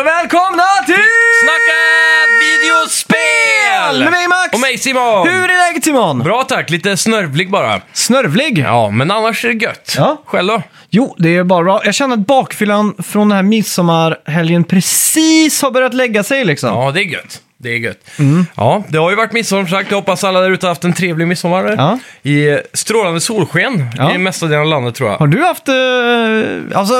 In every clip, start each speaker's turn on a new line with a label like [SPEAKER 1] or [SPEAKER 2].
[SPEAKER 1] och välkomna till
[SPEAKER 2] Snacka videospel!
[SPEAKER 1] Med mig Max!
[SPEAKER 2] Och mig Simon!
[SPEAKER 1] Hur är läget Simon?
[SPEAKER 2] Bra tack, lite snörvlig bara.
[SPEAKER 1] Snörvlig?
[SPEAKER 2] Ja, men annars är det gött.
[SPEAKER 1] Ja.
[SPEAKER 2] Själv då?
[SPEAKER 1] Jo, det är bara bra. Jag känner att bakfyllan från den här midsommarhelgen precis har börjat lägga sig liksom.
[SPEAKER 2] Ja, det är gött. Det är gött.
[SPEAKER 1] Mm.
[SPEAKER 2] Ja, det har ju varit midsommar som sagt. Jag hoppas alla där ute har haft en trevlig midsommar.
[SPEAKER 1] Ja.
[SPEAKER 2] I eh, strålande solsken
[SPEAKER 1] Ja.
[SPEAKER 2] i mesta delen av landet tror jag.
[SPEAKER 1] Har du haft... Eh, alltså,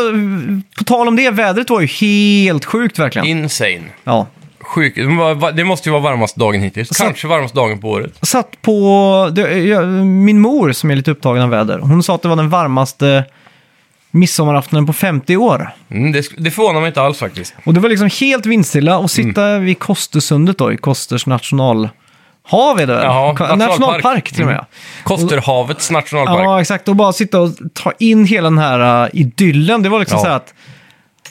[SPEAKER 1] på tal om det, vädret var ju helt sjukt verkligen.
[SPEAKER 2] Insane.
[SPEAKER 1] Ja.
[SPEAKER 2] Sjuk. Det var- Det måste ju vara varmaste dagen hittills.
[SPEAKER 1] Så-
[SPEAKER 2] Kanske varmaste dagen på året.
[SPEAKER 1] Satt på... Det, jag, min mor som är lite upptagen av väder, hon sa att det var den varmaste midsommaraftonen på 50 år.
[SPEAKER 2] Mm, det, sk- det förvånar mig inte alls faktiskt.
[SPEAKER 1] Och det var liksom helt vindstilla och sitta
[SPEAKER 2] Mm.
[SPEAKER 1] vid Kostersundet då, i Kosters nationalhav är det väl?
[SPEAKER 2] Ja,
[SPEAKER 1] Ka- nationalpark till och med.
[SPEAKER 2] Mm. Kosterhavets nationalpark.
[SPEAKER 1] Ja, exakt. Och bara sitta och ta in hela den här uh, idyllen. Det var liksom
[SPEAKER 2] Ja.
[SPEAKER 1] så här att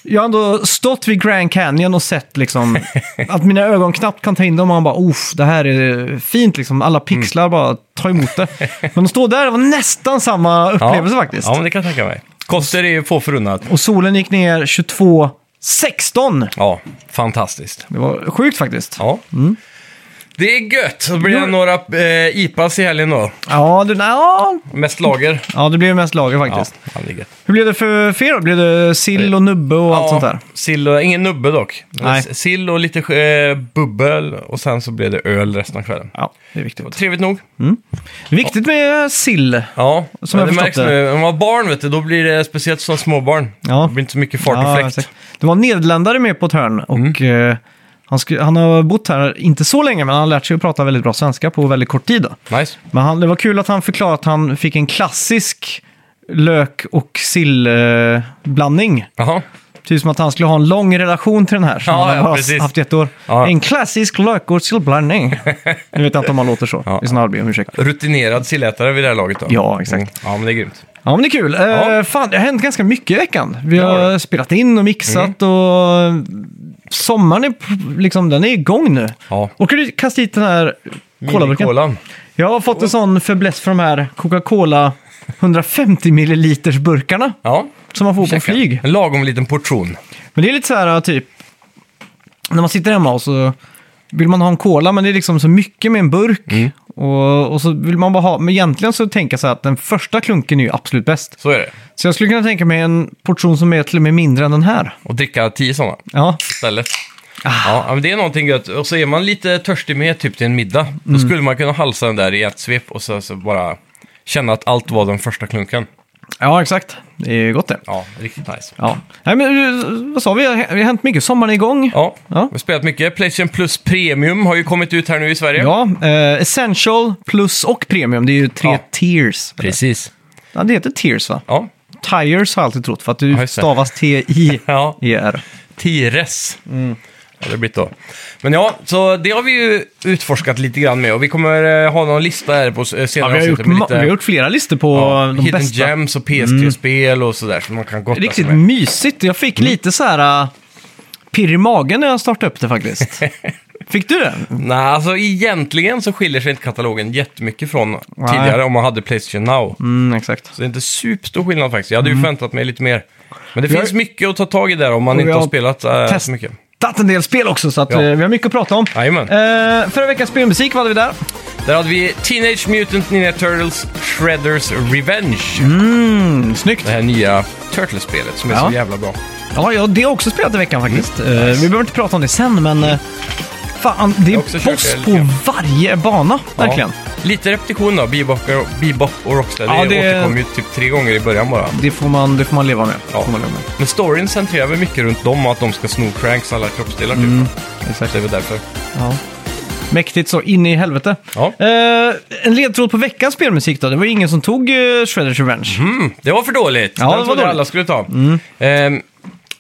[SPEAKER 1] jag har ändå stått vid Grand Canyon och sett liksom att mina ögon knappt kan ta in dem. Och man bara, uff, det här är fint liksom.
[SPEAKER 2] Mm.
[SPEAKER 1] Alla pixlar bara tar emot det. Men att stå där var nästan samma upplevelse faktiskt.
[SPEAKER 2] Ja, men det kan jag tänka mig. Koster är ju få förunnat.
[SPEAKER 1] Och solen gick ner 22.16.
[SPEAKER 2] Ja, fantastiskt.
[SPEAKER 1] Det var sjukt faktiskt.
[SPEAKER 2] Ja. Det är gött. Då blir det
[SPEAKER 1] Mm. Jo.
[SPEAKER 2] några eh, IPAs i helgen då.
[SPEAKER 1] Ja, det, ja,
[SPEAKER 2] Mest lager.
[SPEAKER 1] ja, det blev mest lager
[SPEAKER 2] Ja,
[SPEAKER 1] faktiskt.
[SPEAKER 2] fan, det är gött.
[SPEAKER 1] Hur blev det för, för er då? Blev det sill och nubbe och allt sånt där?
[SPEAKER 2] Sill och, ingen nubbe dock.
[SPEAKER 1] Nej.
[SPEAKER 2] S- Sill och lite eh, bubbel och sen så blev det öl resten av kvällen.
[SPEAKER 1] Ja, det är viktigt.
[SPEAKER 2] Trevligt nog.
[SPEAKER 1] Viktigt med sill.
[SPEAKER 2] Ja,
[SPEAKER 1] Som
[SPEAKER 2] men
[SPEAKER 1] jag förstått
[SPEAKER 2] det märks
[SPEAKER 1] det.
[SPEAKER 2] nu. Om man har barn vet du, då blir det speciellt som småbarn.
[SPEAKER 1] Ja.
[SPEAKER 2] Det blir inte så mycket fart
[SPEAKER 1] Ja,
[SPEAKER 2] och fläkt.
[SPEAKER 1] exakt. det var en nederländare med på ett hörn och
[SPEAKER 2] Mm.
[SPEAKER 1] eh, han, sku, han har bott här inte så länge men han har lärt sig att prata väldigt bra svenska på väldigt kort tid. Då.
[SPEAKER 2] Nice.
[SPEAKER 1] Men han, det var kul att han förklarade att han fick en klassisk lök och sillblandning. Eh, blandning.
[SPEAKER 2] Jaha.
[SPEAKER 1] typ som att han skulle ha en lång relation till den här som
[SPEAKER 2] Ja,
[SPEAKER 1] han
[SPEAKER 2] ja,
[SPEAKER 1] har
[SPEAKER 2] precis.
[SPEAKER 1] haft i ett år.
[SPEAKER 2] Ja.
[SPEAKER 1] En klassisk lök och sillblandning. nu vet jag inte om han låter så i sin arbete, om ursäkta.
[SPEAKER 2] Rutinerad sillätare vid det här laget då. Mm.
[SPEAKER 1] Ja, exakt.
[SPEAKER 2] Ja, men det är grymt.
[SPEAKER 1] Mm. Ja, men det är kul. Eh,
[SPEAKER 2] Ja.
[SPEAKER 1] fan, det har hänt ganska mycket i veckan. Vi
[SPEAKER 2] Ja,
[SPEAKER 1] har
[SPEAKER 2] det. Mm.
[SPEAKER 1] spelat in och mixat och sommaren är, p- liksom, den är igång nu.
[SPEAKER 2] Ja.
[SPEAKER 1] Orkar du kasta hit den här colaburken?
[SPEAKER 2] Mini-colan.
[SPEAKER 1] Jag har fått en sån fäbless för de här Coca-Cola 150 milliliters burkarna
[SPEAKER 2] Ja.
[SPEAKER 1] som man får på
[SPEAKER 2] Käka.
[SPEAKER 1] flyg.
[SPEAKER 2] En lagom liten portion.
[SPEAKER 1] Men det är lite så här typ, när man sitter hemma och så vill man ha en cola, men det är liksom så mycket med en burk.
[SPEAKER 2] Mm.
[SPEAKER 1] Och, och så vill man bara ha, men egentligen så tänker jag så här att den första klunken är ju absolut bäst.
[SPEAKER 2] Så är det.
[SPEAKER 1] Så jag skulle kunna tänka mig en portion som är till och med mindre än den här.
[SPEAKER 2] Och dricka tio sådana.
[SPEAKER 1] Ja,
[SPEAKER 2] istället.
[SPEAKER 1] Ah.
[SPEAKER 2] Ja, men det är någonting gött. Och så är man lite törstig med typ till en middag. Då
[SPEAKER 1] Mm.
[SPEAKER 2] skulle man kunna halsa den där i ett svep och så, så bara känna att allt var den första klunken.
[SPEAKER 1] ja exakt. Det är gott det.
[SPEAKER 2] Ja, riktigt nice.
[SPEAKER 1] Ja. Nej, men eh, vad sa vi? Det har hänt mycket. Sommaren är igång.
[SPEAKER 2] Ja,
[SPEAKER 1] Ja.
[SPEAKER 2] vi har spelat mycket. Playstation Plus Premium har ju kommit ut här nu i Sverige.
[SPEAKER 1] Ja, eh, Essential, Plus och Premium. Det är ju tre
[SPEAKER 2] Ja.
[SPEAKER 1] tiers.
[SPEAKER 2] precis.
[SPEAKER 1] Ja, det heter tiers va?
[SPEAKER 2] Ja,
[SPEAKER 1] Tires har jag alltid trott för att du
[SPEAKER 2] just det.
[SPEAKER 1] stavas E T-I-E-R.
[SPEAKER 2] ja. Tires.
[SPEAKER 1] Mm.
[SPEAKER 2] Ja, det blir då. Men ja, så det har vi ju utforskat lite grann med och vi kommer eh, ha någon lista här på s- eh,
[SPEAKER 1] Ja,
[SPEAKER 2] senare
[SPEAKER 1] vi, har gjort,
[SPEAKER 2] avsnitten med
[SPEAKER 1] ma- vi har gjort flera listor på
[SPEAKER 2] ja,
[SPEAKER 1] de
[SPEAKER 2] Hidden
[SPEAKER 1] bästa. Mm.
[SPEAKER 2] Gems och PS3-spel och sådär som man kan gotta sig
[SPEAKER 1] Riktigt
[SPEAKER 2] med.
[SPEAKER 1] mysigt. Jag fick
[SPEAKER 2] Mm.
[SPEAKER 1] lite så här eh, pirr i magen när jag startade upp det faktiskt. fick du det?
[SPEAKER 2] Nej, alltså egentligen så skiljer sig inte katalogen jättemycket från tidigare om man hade Playstation Now.
[SPEAKER 1] Mm, exakt.
[SPEAKER 2] Så det är inte superstor skillnad faktiskt. Jag hade ju förväntat mig lite mer. Men det
[SPEAKER 1] Vi har-
[SPEAKER 2] finns mycket att ta tag i där om man
[SPEAKER 1] Och
[SPEAKER 2] inte
[SPEAKER 1] vi
[SPEAKER 2] har
[SPEAKER 1] har
[SPEAKER 2] spelat äh,
[SPEAKER 1] test-
[SPEAKER 2] så mycket.
[SPEAKER 1] tagit en del spel också, så att,
[SPEAKER 2] Ja.
[SPEAKER 1] eh, vi har mycket att prata om.
[SPEAKER 2] Jajamän.
[SPEAKER 1] Eh, förra veckans spelmusik, vad hade vi där?
[SPEAKER 2] Där hade vi Teenage Mutant Ninja Turtles Shredders Revenge.
[SPEAKER 1] Mm, snyggt.
[SPEAKER 2] Det här nya Turtles-spelet som är
[SPEAKER 1] Ja.
[SPEAKER 2] så jävla bra.
[SPEAKER 1] Ja, ja, det har jag också spelat i veckan faktiskt.
[SPEAKER 2] Mm,
[SPEAKER 1] Eh, vi behöver inte prata om det sen, men eh, fan, det
[SPEAKER 2] har också
[SPEAKER 1] är
[SPEAKER 2] kört
[SPEAKER 1] boss
[SPEAKER 2] det lite
[SPEAKER 1] på
[SPEAKER 2] grann.
[SPEAKER 1] varje bana,
[SPEAKER 2] Ja.
[SPEAKER 1] verkligen.
[SPEAKER 2] Lite repetition då, Bebop och, Bebop och Rocksteady
[SPEAKER 1] Ja, det-
[SPEAKER 2] återkom ju typ tre gånger i början bara.
[SPEAKER 1] Det, får man, det får man leva med.
[SPEAKER 2] Ja.
[SPEAKER 1] Får man leva med.
[SPEAKER 2] Men storyn centrerar väl mycket runt dem och att de ska sno Cranks alla kroppsdelar typ.
[SPEAKER 1] Exakt.
[SPEAKER 2] Det är väl därför.
[SPEAKER 1] Ja. Mäktigt så in i helvete.
[SPEAKER 2] Ja.
[SPEAKER 1] Eh, en ledtråd på veckans spelmusik då. Det var ju ingen som tog eh, Shredder's Revenge.
[SPEAKER 2] Mm, det var för dåligt.
[SPEAKER 1] Ja, det var
[SPEAKER 2] Den trodde jag
[SPEAKER 1] dåligt. Mm.
[SPEAKER 2] alla skulle ta. Ehm,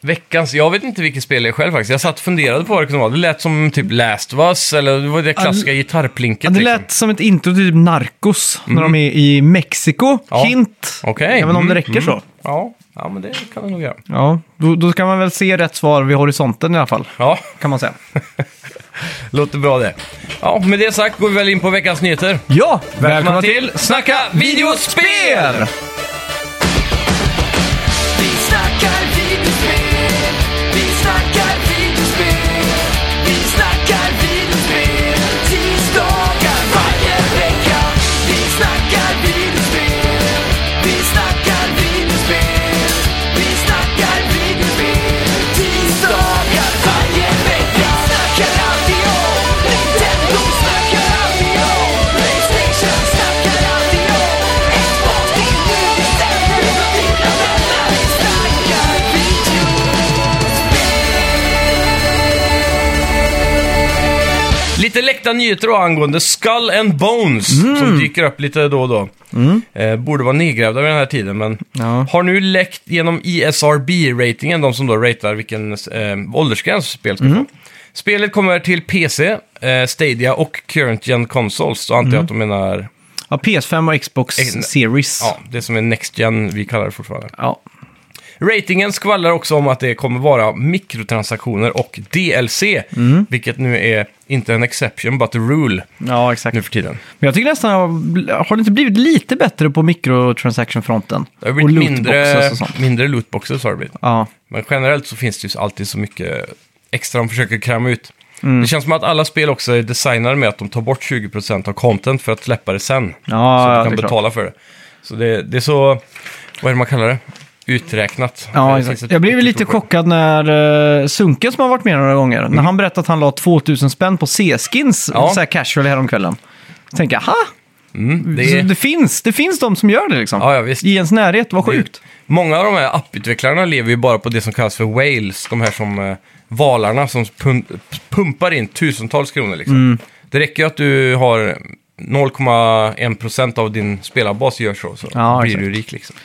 [SPEAKER 2] veckans, jag vet inte vilket spel det är själv faktiskt. Jag satt och funderade på vad det kunde vara. Det lät som typ Last of Us, eller det var det klassiska gitarrplinket.
[SPEAKER 1] Ja, det
[SPEAKER 2] liksom.
[SPEAKER 1] lät som ett intro till typ Narcos när de är i Mexiko.
[SPEAKER 2] Mhm. Ja.
[SPEAKER 1] Hint.
[SPEAKER 2] Okej.
[SPEAKER 1] Jag vet inte om
[SPEAKER 2] Mm,
[SPEAKER 1] det räcker så.
[SPEAKER 2] Ja, ja, men det kan det nog göra.
[SPEAKER 1] Ja, då, då ska man väl se rätt svar vid horisonten i alla fall,
[SPEAKER 2] Ja,
[SPEAKER 1] kan man säga.
[SPEAKER 2] låter bra det. Ja, med det sagt går vi väl in på veckans nyheter.
[SPEAKER 1] Ja,
[SPEAKER 2] Välkomna till Snacka videospel!
[SPEAKER 3] Vi snackar videospel, vi snackar videospel,
[SPEAKER 2] Lite läckta nyheter då angående Skull and Bones, som dyker upp lite då och då. Eh, borde vara nedgrävda vid den här tiden, men
[SPEAKER 1] Ja.
[SPEAKER 2] har nu läckt genom E ESRB-ratingen, de som då ratar vilken eh, åldersgräns spel ska få. Spelet kommer till PC, eh, Stadia och Current Gen Consoles, så antar jag att de menar
[SPEAKER 1] Ja, PS5 och Xbox
[SPEAKER 2] Ex-
[SPEAKER 1] Series.
[SPEAKER 2] ja, det som är Next Gen, vi kallar det fortfarande.
[SPEAKER 1] Ja.
[SPEAKER 2] Ratingen skvallrar också om att det kommer vara mikrotransaktioner och DLC, vilket nu är inte en exception, but a rule
[SPEAKER 1] Ja, exakt.
[SPEAKER 2] nu för tiden.
[SPEAKER 1] Men jag tycker nästan, har det inte blivit lite bättre på microtransaction-fronten?
[SPEAKER 2] Det har blivit mindre,
[SPEAKER 1] och sånt.
[SPEAKER 2] mindre lootboxes har det blivit.
[SPEAKER 1] Ja,
[SPEAKER 2] Men generellt så finns det ju alltid så mycket extra de försöker kräma ut.
[SPEAKER 1] Mm.
[SPEAKER 2] Det känns som att alla spel också är designade med att de tar bort 20% av content för att släppa det sen.
[SPEAKER 1] Ja,
[SPEAKER 2] så
[SPEAKER 1] ja,
[SPEAKER 2] att
[SPEAKER 1] det
[SPEAKER 2] du
[SPEAKER 1] är
[SPEAKER 2] kan
[SPEAKER 1] klart.
[SPEAKER 2] betala för det. Så det, det är så, vad är det man kallar det? Uträknat. Det
[SPEAKER 1] ja
[SPEAKER 2] finns
[SPEAKER 1] exakt.
[SPEAKER 2] ett
[SPEAKER 1] Jag blev ju
[SPEAKER 2] riktigt
[SPEAKER 1] lite
[SPEAKER 2] ord för det.
[SPEAKER 1] chockad när uh, Sunken som har varit med några gånger, när han berättade att han la 2000 spänn på C-skins
[SPEAKER 2] Mm. Ja.
[SPEAKER 1] så här casual häromkvällen. Så tänkte jag, ha?
[SPEAKER 2] Mm, det
[SPEAKER 1] Det,
[SPEAKER 2] är-
[SPEAKER 1] det, finns, det finns de som gör det liksom.
[SPEAKER 2] Ja, ja, visst.
[SPEAKER 1] I ens närhet, vad sjukt.
[SPEAKER 2] Många av de här apputvecklarna lever ju bara på det som kallas för whales, de här som eh, valarna som pun- pumpar in tusentals kronor liksom.
[SPEAKER 1] Mm.
[SPEAKER 2] Det räcker ju att du har 0,1% av din spelarbas gör så, så
[SPEAKER 1] Ja,
[SPEAKER 2] blir
[SPEAKER 1] exakt.
[SPEAKER 2] du rik liksom.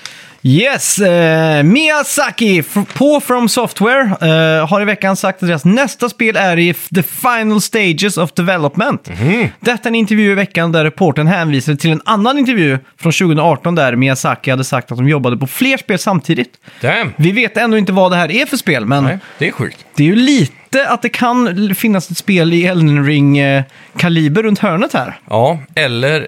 [SPEAKER 1] Yes, eh, Miyazaki f- på From Software eh, har i veckan sagt att deras nästa spel är i f- the final stages of development.
[SPEAKER 2] Mhm.
[SPEAKER 1] Detta är en intervju i veckan där reporten hänvisade till en annan intervju från 2018 där Miyazaki hade sagt att de jobbade på fler spel samtidigt.
[SPEAKER 2] Damn!
[SPEAKER 1] Vi vet ändå inte vad det här är för spel, men
[SPEAKER 2] Nej, det är sjukt.
[SPEAKER 1] det är ju lite att det kan l- finnas ett spel i Elden Ring-kaliber runt hörnet här.
[SPEAKER 2] Ja, eller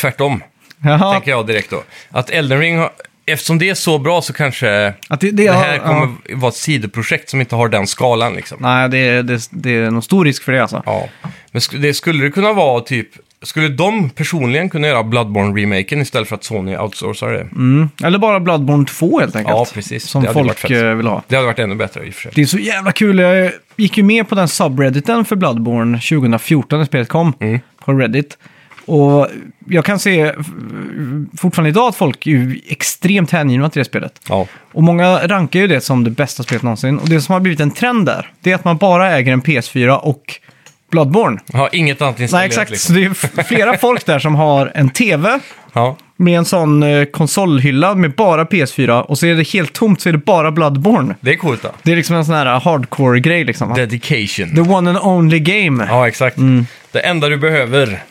[SPEAKER 2] tvärtom,
[SPEAKER 1] Jaha.
[SPEAKER 2] tänker jag direkt då. Att Elden Ring, har, eftersom det är så bra så kanske
[SPEAKER 1] Att det,
[SPEAKER 2] det
[SPEAKER 1] det,
[SPEAKER 2] här
[SPEAKER 1] ja,
[SPEAKER 2] kommer
[SPEAKER 1] ja.
[SPEAKER 2] vara ett sidoprojekt som inte har den skalan liksom.
[SPEAKER 1] Nej, det, det, det är nog stor risk för det alltså.
[SPEAKER 2] Ja, men sk- det skulle det kunna vara typ... Skulle de personligen kunna göra Bloodborne-remaken istället för att Sony outsourcar det?
[SPEAKER 1] Mm. Eller bara Bloodborne 2 helt enkelt.
[SPEAKER 2] Ja, precis.
[SPEAKER 1] Som
[SPEAKER 2] Det hade varit
[SPEAKER 1] folk
[SPEAKER 2] fett.
[SPEAKER 1] eh, vill ha.
[SPEAKER 2] Det hade varit ännu bättre i och för sig.
[SPEAKER 1] Det är så jävla kul. Jag gick ju med på den subredditen för Bloodborne 2014 när spelet kom
[SPEAKER 2] Mm.
[SPEAKER 1] på Reddit. Och jag kan se eh, fortfarande idag att folk är ju extremt hängivna till det spelet.
[SPEAKER 2] Ja,
[SPEAKER 1] Och många rankar ju det som det bästa spelet någonsin. Och det som har blivit en trend där, det är att man bara äger en PS4 och Bloodborne.
[SPEAKER 2] ja inget annat installerat
[SPEAKER 1] Nej, exakt. Så
[SPEAKER 2] liksom.
[SPEAKER 1] det är f- flera folk där som har en TV
[SPEAKER 2] Ja,
[SPEAKER 1] med en sån eh, konsolhylla med bara PS4 och så är det helt tomt så är det bara Bloodborne.
[SPEAKER 2] det är coolt då.
[SPEAKER 1] Det är liksom en sån här hardcore-grej liksom.
[SPEAKER 2] Dedication.
[SPEAKER 1] The one and only game. Ja,
[SPEAKER 2] Ja, exakt.
[SPEAKER 1] Mm.
[SPEAKER 2] Det enda du behöver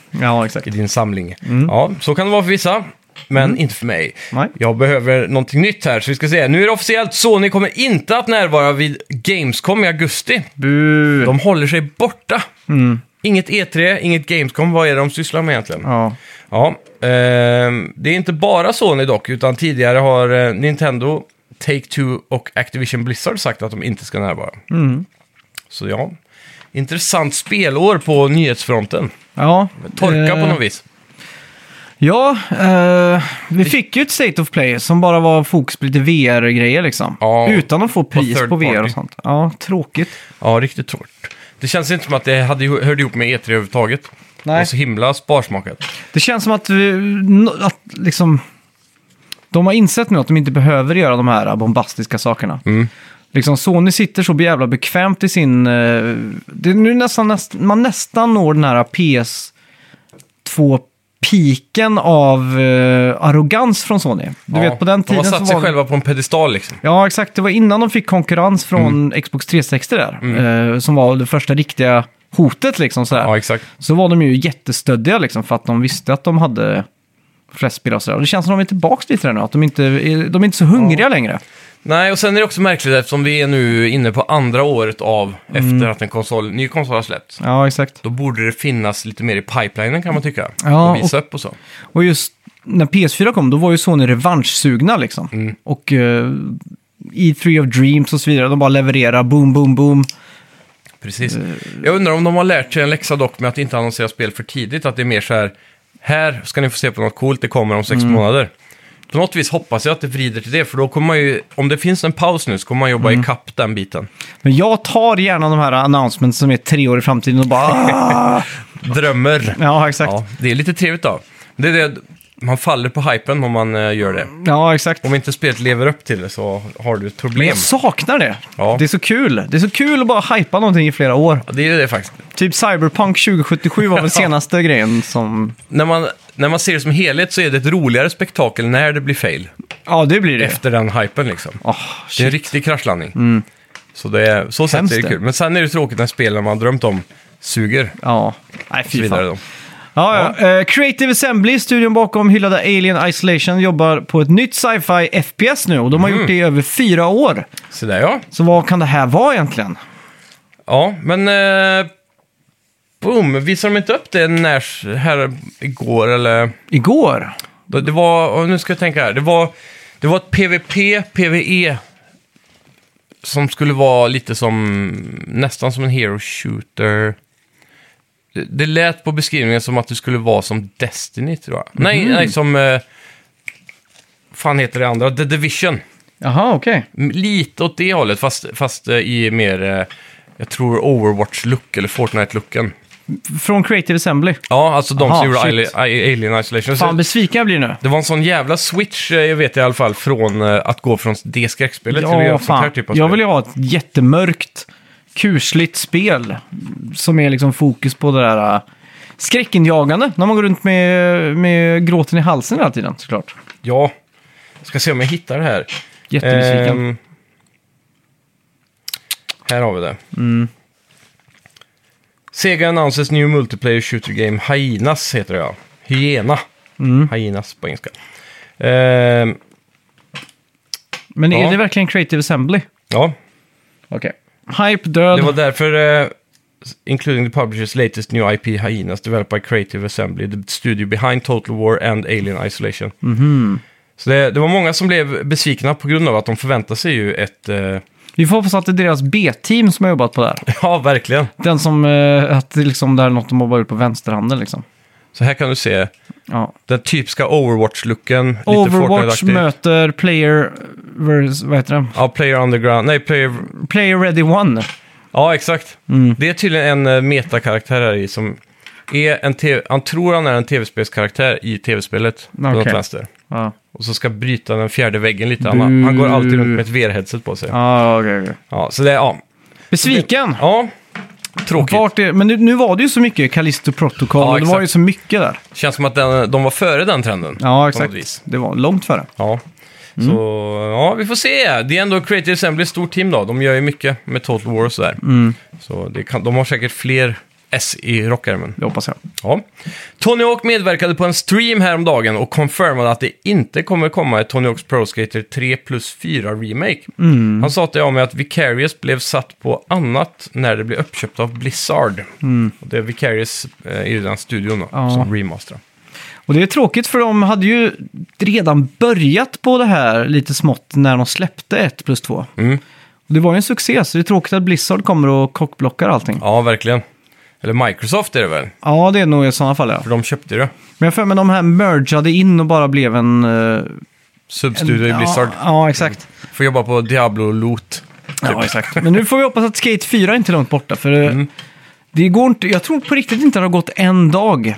[SPEAKER 1] exakt.
[SPEAKER 2] i din samling. Ja, så kan det vara för vissa. Men inte för mig.
[SPEAKER 1] Mm. Nej.
[SPEAKER 2] Jag behöver någonting nytt här, så vi ska se. Nu är det officiellt, Sony kommer inte att närvara vid Gamescom i augusti.
[SPEAKER 1] Bu.
[SPEAKER 2] De håller sig borta. Inget E3, inget Gamescom. Vad är det de sysslar med egentligen?
[SPEAKER 1] Ja.
[SPEAKER 2] Ja, ehm, det är inte bara Sony dock, utan tidigare har eh, Nintendo, Take-Two och Activision Blizzard sagt att de inte ska närvara.
[SPEAKER 1] Mm.
[SPEAKER 2] Så ja, intressant spelår på nyhetsfronten.
[SPEAKER 1] ja.
[SPEAKER 2] Torka på
[SPEAKER 1] Eh,
[SPEAKER 2] något vis.
[SPEAKER 1] Ja, eh, vi fick ju ett State of Play som bara var fokus på lite VR-grejer liksom.
[SPEAKER 2] Ja.
[SPEAKER 1] Utan att få pris
[SPEAKER 2] third
[SPEAKER 1] på VR
[SPEAKER 2] party.
[SPEAKER 1] och sånt. Ja, tråkigt.
[SPEAKER 2] Ja, riktigt tråkigt. Det känns inte som att det hade, ihop- hörde ihop med E3 överhuvudtaget.
[SPEAKER 1] Nej.
[SPEAKER 2] Det var så himla sparsmakat.
[SPEAKER 1] Det känns som att, vi, no- att liksom, de har insett nu att de inte behöver göra de här bombastiska sakerna.
[SPEAKER 2] Mm.
[SPEAKER 1] Liksom, Sony sitter så jävla bekvämt i sin... eh, det är nu nästan, näst, man nästan når den här PS2-piken av eh, arrogans från Sony. Du
[SPEAKER 2] ja,
[SPEAKER 1] vet på den tiden
[SPEAKER 2] De har satt
[SPEAKER 1] så
[SPEAKER 2] sig
[SPEAKER 1] var
[SPEAKER 2] själva på en pedestal liksom.
[SPEAKER 1] Ja, exakt. Det var innan de fick konkurrens från
[SPEAKER 2] Mm.
[SPEAKER 1] Xbox 360 där. eh, som var det första riktiga hotet liksom. Sådär
[SPEAKER 2] Ja, exakt.
[SPEAKER 1] så var de ju jättestöddiga liksom för att de visste att de hade flest spelare och sådär. Och det känns som att de är tillbaka lite där nu, att de inte är, de är inte så hungriga längre.
[SPEAKER 2] Nej, och sen är det också märkligt eftersom vi är nu inne på andra året av
[SPEAKER 1] Mm.
[SPEAKER 2] efter att en konsol, ny konsol har släppts.
[SPEAKER 1] Ja, exakt.
[SPEAKER 2] Då borde det finnas lite mer i pipelinen kan man tycka.
[SPEAKER 1] Ja,
[SPEAKER 2] och visa upp och så.
[SPEAKER 1] Och just när PS4 kom, då var ju Sony revanschsugna liksom. Och eh, E3 of Dreams och så vidare, de bara levererar, boom, boom, boom.
[SPEAKER 2] Precis.
[SPEAKER 1] Eh.
[SPEAKER 2] Jag undrar om de har lärt sig en läxa dock med att inte annonsera spel för tidigt. Att det är mer så här, här ska ni få se på något coolt, det kommer om
[SPEAKER 1] Mm.
[SPEAKER 2] sex månader. På något vis hoppas jag att det vrider till det, för då kommer man ju, om det finns en paus nu så kommer man jobba
[SPEAKER 1] Mm.
[SPEAKER 2] ikapp den biten.
[SPEAKER 1] Men jag tar gärna de här announcements som är tre år i framtiden och bara... "Ah!"
[SPEAKER 2] Drömmer.
[SPEAKER 1] ja, exakt.
[SPEAKER 2] Ja, det är lite trevligt då. Det är det, man faller på hypen om man eh, gör det.
[SPEAKER 1] Ja, exakt.
[SPEAKER 2] Om inte spelet lever upp till det så har du ett
[SPEAKER 1] Men
[SPEAKER 2] problem.
[SPEAKER 1] jag saknar det.
[SPEAKER 2] Ja.
[SPEAKER 1] Det är så kul. Det är så kul att bara hypa någonting i flera år.
[SPEAKER 2] Ja, det är det faktiskt.
[SPEAKER 1] Typ Cyberpunk 2077 var väl senaste grejen som...
[SPEAKER 2] När man, när man ser det som helhet så är det ett roligare spektakel när det blir fail.
[SPEAKER 1] Ja, det blir det.
[SPEAKER 2] Efter den hypen liksom.
[SPEAKER 1] Åh,
[SPEAKER 2] Det är en
[SPEAKER 1] shit. Mm.
[SPEAKER 2] riktig kraschlandning. Så, det är, så sett
[SPEAKER 1] Hemskt
[SPEAKER 2] är det
[SPEAKER 1] det.
[SPEAKER 2] kul. Men sen är det tråkigt när spelen man drömt om suger.
[SPEAKER 1] Ja, nej
[SPEAKER 2] Och så
[SPEAKER 1] fy
[SPEAKER 2] vidare
[SPEAKER 1] fan.
[SPEAKER 2] då.
[SPEAKER 1] Ja, ja. Eh, Creative Assembly, studion bakom hyllade Alien Isolation, jobbar på ett nytt sci-fi FPS nu och de har gjort det i över fyra år.
[SPEAKER 2] Så där ja.
[SPEAKER 1] Så vad kan det här vara egentligen?
[SPEAKER 2] Ja, men... Eh, boom! Visar de inte upp det när, här igår eller...
[SPEAKER 1] Igår?
[SPEAKER 2] Det det var, och nu ska jag tänka här, det var, det var ett PVP, PVE E, som skulle vara lite som, nästan som en hero shooter. Det, det lät på beskrivningen som att det skulle vara som Destiny tror jag. Nej,
[SPEAKER 1] Mhm.
[SPEAKER 2] nej som, eh, fan heter det andra, The Division.
[SPEAKER 1] Jaha, okej.
[SPEAKER 2] M- Lite åt det hållet, fast, fast eh, i mer, eh, jag tror Overwatch-look eller Fortnite-looken.
[SPEAKER 1] Från Creative Assembly.
[SPEAKER 2] Ja, alltså de
[SPEAKER 1] Aha,
[SPEAKER 2] som gjorde
[SPEAKER 1] shit.
[SPEAKER 2] Ali- I- Alien Isolation. Så-
[SPEAKER 1] Fan, besviken jag blir nu.
[SPEAKER 2] det var en sån jävla switch, eh, jag vet i alla fall, från eh, att gå från det skräckspelet till att göra
[SPEAKER 1] Ja,
[SPEAKER 2] sånt här
[SPEAKER 1] fan.
[SPEAKER 2] typ av
[SPEAKER 1] Jag
[SPEAKER 2] spel.
[SPEAKER 1] vill ju ha ett jättemörkt, kusligt spel som är liksom fokus på det där äh, skräckinjagande när man går runt med, med gråten i halsen hela tiden såklart.
[SPEAKER 2] Ja. Ska se om jag hittar det här.
[SPEAKER 1] Jättemusiken.
[SPEAKER 2] Ehm, här har vi det.
[SPEAKER 1] Mm.
[SPEAKER 2] Sega announces new multiplayer shooter game Hyenas heter det ja. Hyena.
[SPEAKER 1] Mm.
[SPEAKER 2] Hyenas på engelska. Ehm,
[SPEAKER 1] Men är
[SPEAKER 2] ja.
[SPEAKER 1] det verkligen Creative Assembly?
[SPEAKER 2] ja,
[SPEAKER 1] Okej. Hype, död.
[SPEAKER 2] Det var därför, eh, including the publisher's latest new IP Hyenas, developed by Creative Assembly, the studio behind Total War and Alien Isolation.
[SPEAKER 1] Mhm.
[SPEAKER 2] Så det, det var många som blev besvikna på grund av att de förväntade sig ju ett... Eh,
[SPEAKER 1] Vi får hoppas att det är deras B-team som har jobbat på det här.
[SPEAKER 2] ja, verkligen.
[SPEAKER 1] Den som, eh, att det liksom det här är något de har bara gjort på vänsterhanden liksom.
[SPEAKER 2] Så här kan du se
[SPEAKER 1] Ja.
[SPEAKER 2] den typiska Overwatch-looken. lite
[SPEAKER 1] Overwatch
[SPEAKER 2] Fortnite-aktig.
[SPEAKER 1] möter Player... vers- Vad heter det?
[SPEAKER 2] Ja, Player Underground. Nej, Player...
[SPEAKER 1] Player Ready One.
[SPEAKER 2] Ja, exakt.
[SPEAKER 1] Mm.
[SPEAKER 2] Det är tydligen en eh, metakaraktär här i som... Är en TV, han tror han är en tv-spelskaraktär i tv-spelet. På något
[SPEAKER 1] Okej.
[SPEAKER 2] vänster.
[SPEAKER 1] Ja,
[SPEAKER 2] Och så ska bryta den fjärde väggen lite. Han, han går alltid runt med ett VR-headset på sig. Ja.
[SPEAKER 1] ja Ah, okej. okej.
[SPEAKER 2] så det är, ja.
[SPEAKER 1] Besviken!
[SPEAKER 2] ja. Tråkigt.
[SPEAKER 1] Vart är, men nu, nu var det ju så mycket Callisto Protocol
[SPEAKER 2] Ja,
[SPEAKER 1] och det
[SPEAKER 2] exakt.
[SPEAKER 1] var ju så mycket där.
[SPEAKER 2] Känns som att den, de var före den trenden. på
[SPEAKER 1] Ja,
[SPEAKER 2] något vis.
[SPEAKER 1] exakt. Mm. Det var långt före.
[SPEAKER 2] Ja. Så, ja, vi får se. Det är ändå Creative Assembly, ett stort team då. De gör ju mycket med Total War och sådär.
[SPEAKER 1] Mm.
[SPEAKER 2] Så det kan, de har säkert fler S i rockärmen.
[SPEAKER 1] Det hoppas jag.
[SPEAKER 2] Ja. Tony Hawk medverkade på en stream häromdagen och confirmade att det inte kommer komma ett Tony Hawks Pro Skater 3 plus 4 remake.
[SPEAKER 1] Mm.
[SPEAKER 2] Han sa till jag med att Vicarious blev satt på annat när det blev uppköpt av Blizzard. Och det är Vicarious eh, är ju den studion då,
[SPEAKER 1] Mm. Ja.
[SPEAKER 2] som remasterar.
[SPEAKER 1] Och det är tråkigt för de hade ju redan börjat på det här lite smått när de släppte 1 plus 2.
[SPEAKER 2] Mm.
[SPEAKER 1] Och det var ju en succé, så det är tråkigt att Blizzard kommer och kockblockar allting.
[SPEAKER 2] Ja, verkligen. Eller Microsoft är det väl?
[SPEAKER 1] Ja, det är nog i sådana fall ja.
[SPEAKER 2] För de köpte det.
[SPEAKER 1] Men jag får med de här mergade in och bara blev en... eh,
[SPEAKER 2] Substudio i Blizzard.
[SPEAKER 1] Ja, ja exakt.
[SPEAKER 2] Får jobba på Diablo Loot. Typ.
[SPEAKER 1] Ja, exakt. Men nu får vi hoppas att Skate 4 inte är långt borta. För eh,
[SPEAKER 2] Mm.
[SPEAKER 1] det går inte, jag tror på riktigt inte det har gått en dag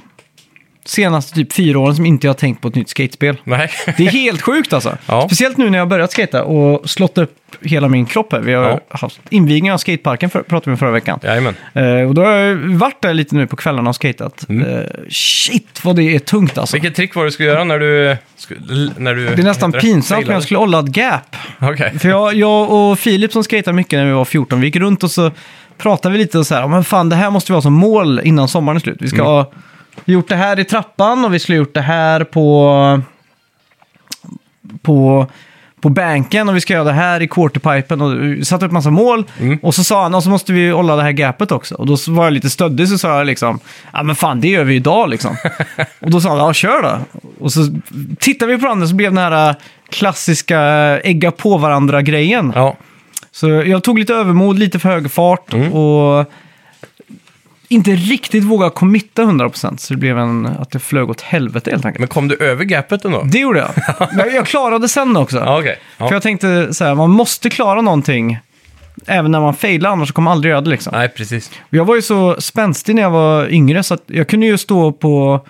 [SPEAKER 1] senaste typ fyra åren som inte jag har tänkt på ett nytt skatespel.
[SPEAKER 2] Nej.
[SPEAKER 1] Det är helt sjukt alltså.
[SPEAKER 2] Ja.
[SPEAKER 1] Speciellt nu när jag har börjat skata och slått upp hela min kropp. Här. Vi har
[SPEAKER 2] Ja.
[SPEAKER 1] haft invigning av skateparken, för, pratade vi om förra veckan.
[SPEAKER 2] Jajamän.
[SPEAKER 1] Eh, och då har jag varit där lite nu på kvällarna och skatat. Eh, shit vad det är tungt alltså.
[SPEAKER 2] Vilket trick var Mm. det du skulle göra när du... sku- När du
[SPEAKER 1] Det är nästan
[SPEAKER 2] heter
[SPEAKER 1] pinsamt när jag
[SPEAKER 2] Sailade?
[SPEAKER 1] skulle olla ett gap.
[SPEAKER 2] Okej.
[SPEAKER 1] För jag, jag och Filip som skejtade mycket när vi var 14, vi gick runt och så pratade vi lite och så här, "Ja, men fan det här måste vi ha som mål innan sommaren är slut. Vi ska
[SPEAKER 2] Mm.
[SPEAKER 1] ha gjort det här i trappan och vi skulle ha gjort det här på, på, på banken och vi ska göra det här i quarterpipen och vi satte upp massa mål.
[SPEAKER 2] Mm.
[SPEAKER 1] Och så sa han, och så måste vi hålla det här gapet också. Och då så var jag lite stöddig så sa jag liksom, ja men fan det gör vi ju idag liksom. och då sa han, ja kör då. Och så tittade vi på varandra så blev den här äh, klassiska ägga på varandra-grejen.
[SPEAKER 2] Ja.
[SPEAKER 1] Så jag tog lite övermod, lite för hög fart
[SPEAKER 2] Mm.
[SPEAKER 1] och inte riktigt vågade committa 100% så det blev en, att det flög åt helvete helt enkelt.
[SPEAKER 2] Men kom du över gapet ändå?
[SPEAKER 1] Det gjorde jag. Men jag klarade sen också.
[SPEAKER 2] Ja, okej. Ja.
[SPEAKER 1] För jag tänkte så här, man måste klara någonting även när man failar, annars kommer man aldrig göra det liksom.
[SPEAKER 2] Nej, precis.
[SPEAKER 1] Och Jag var ju så spänstig när jag var yngre så att jag kunde ju stå på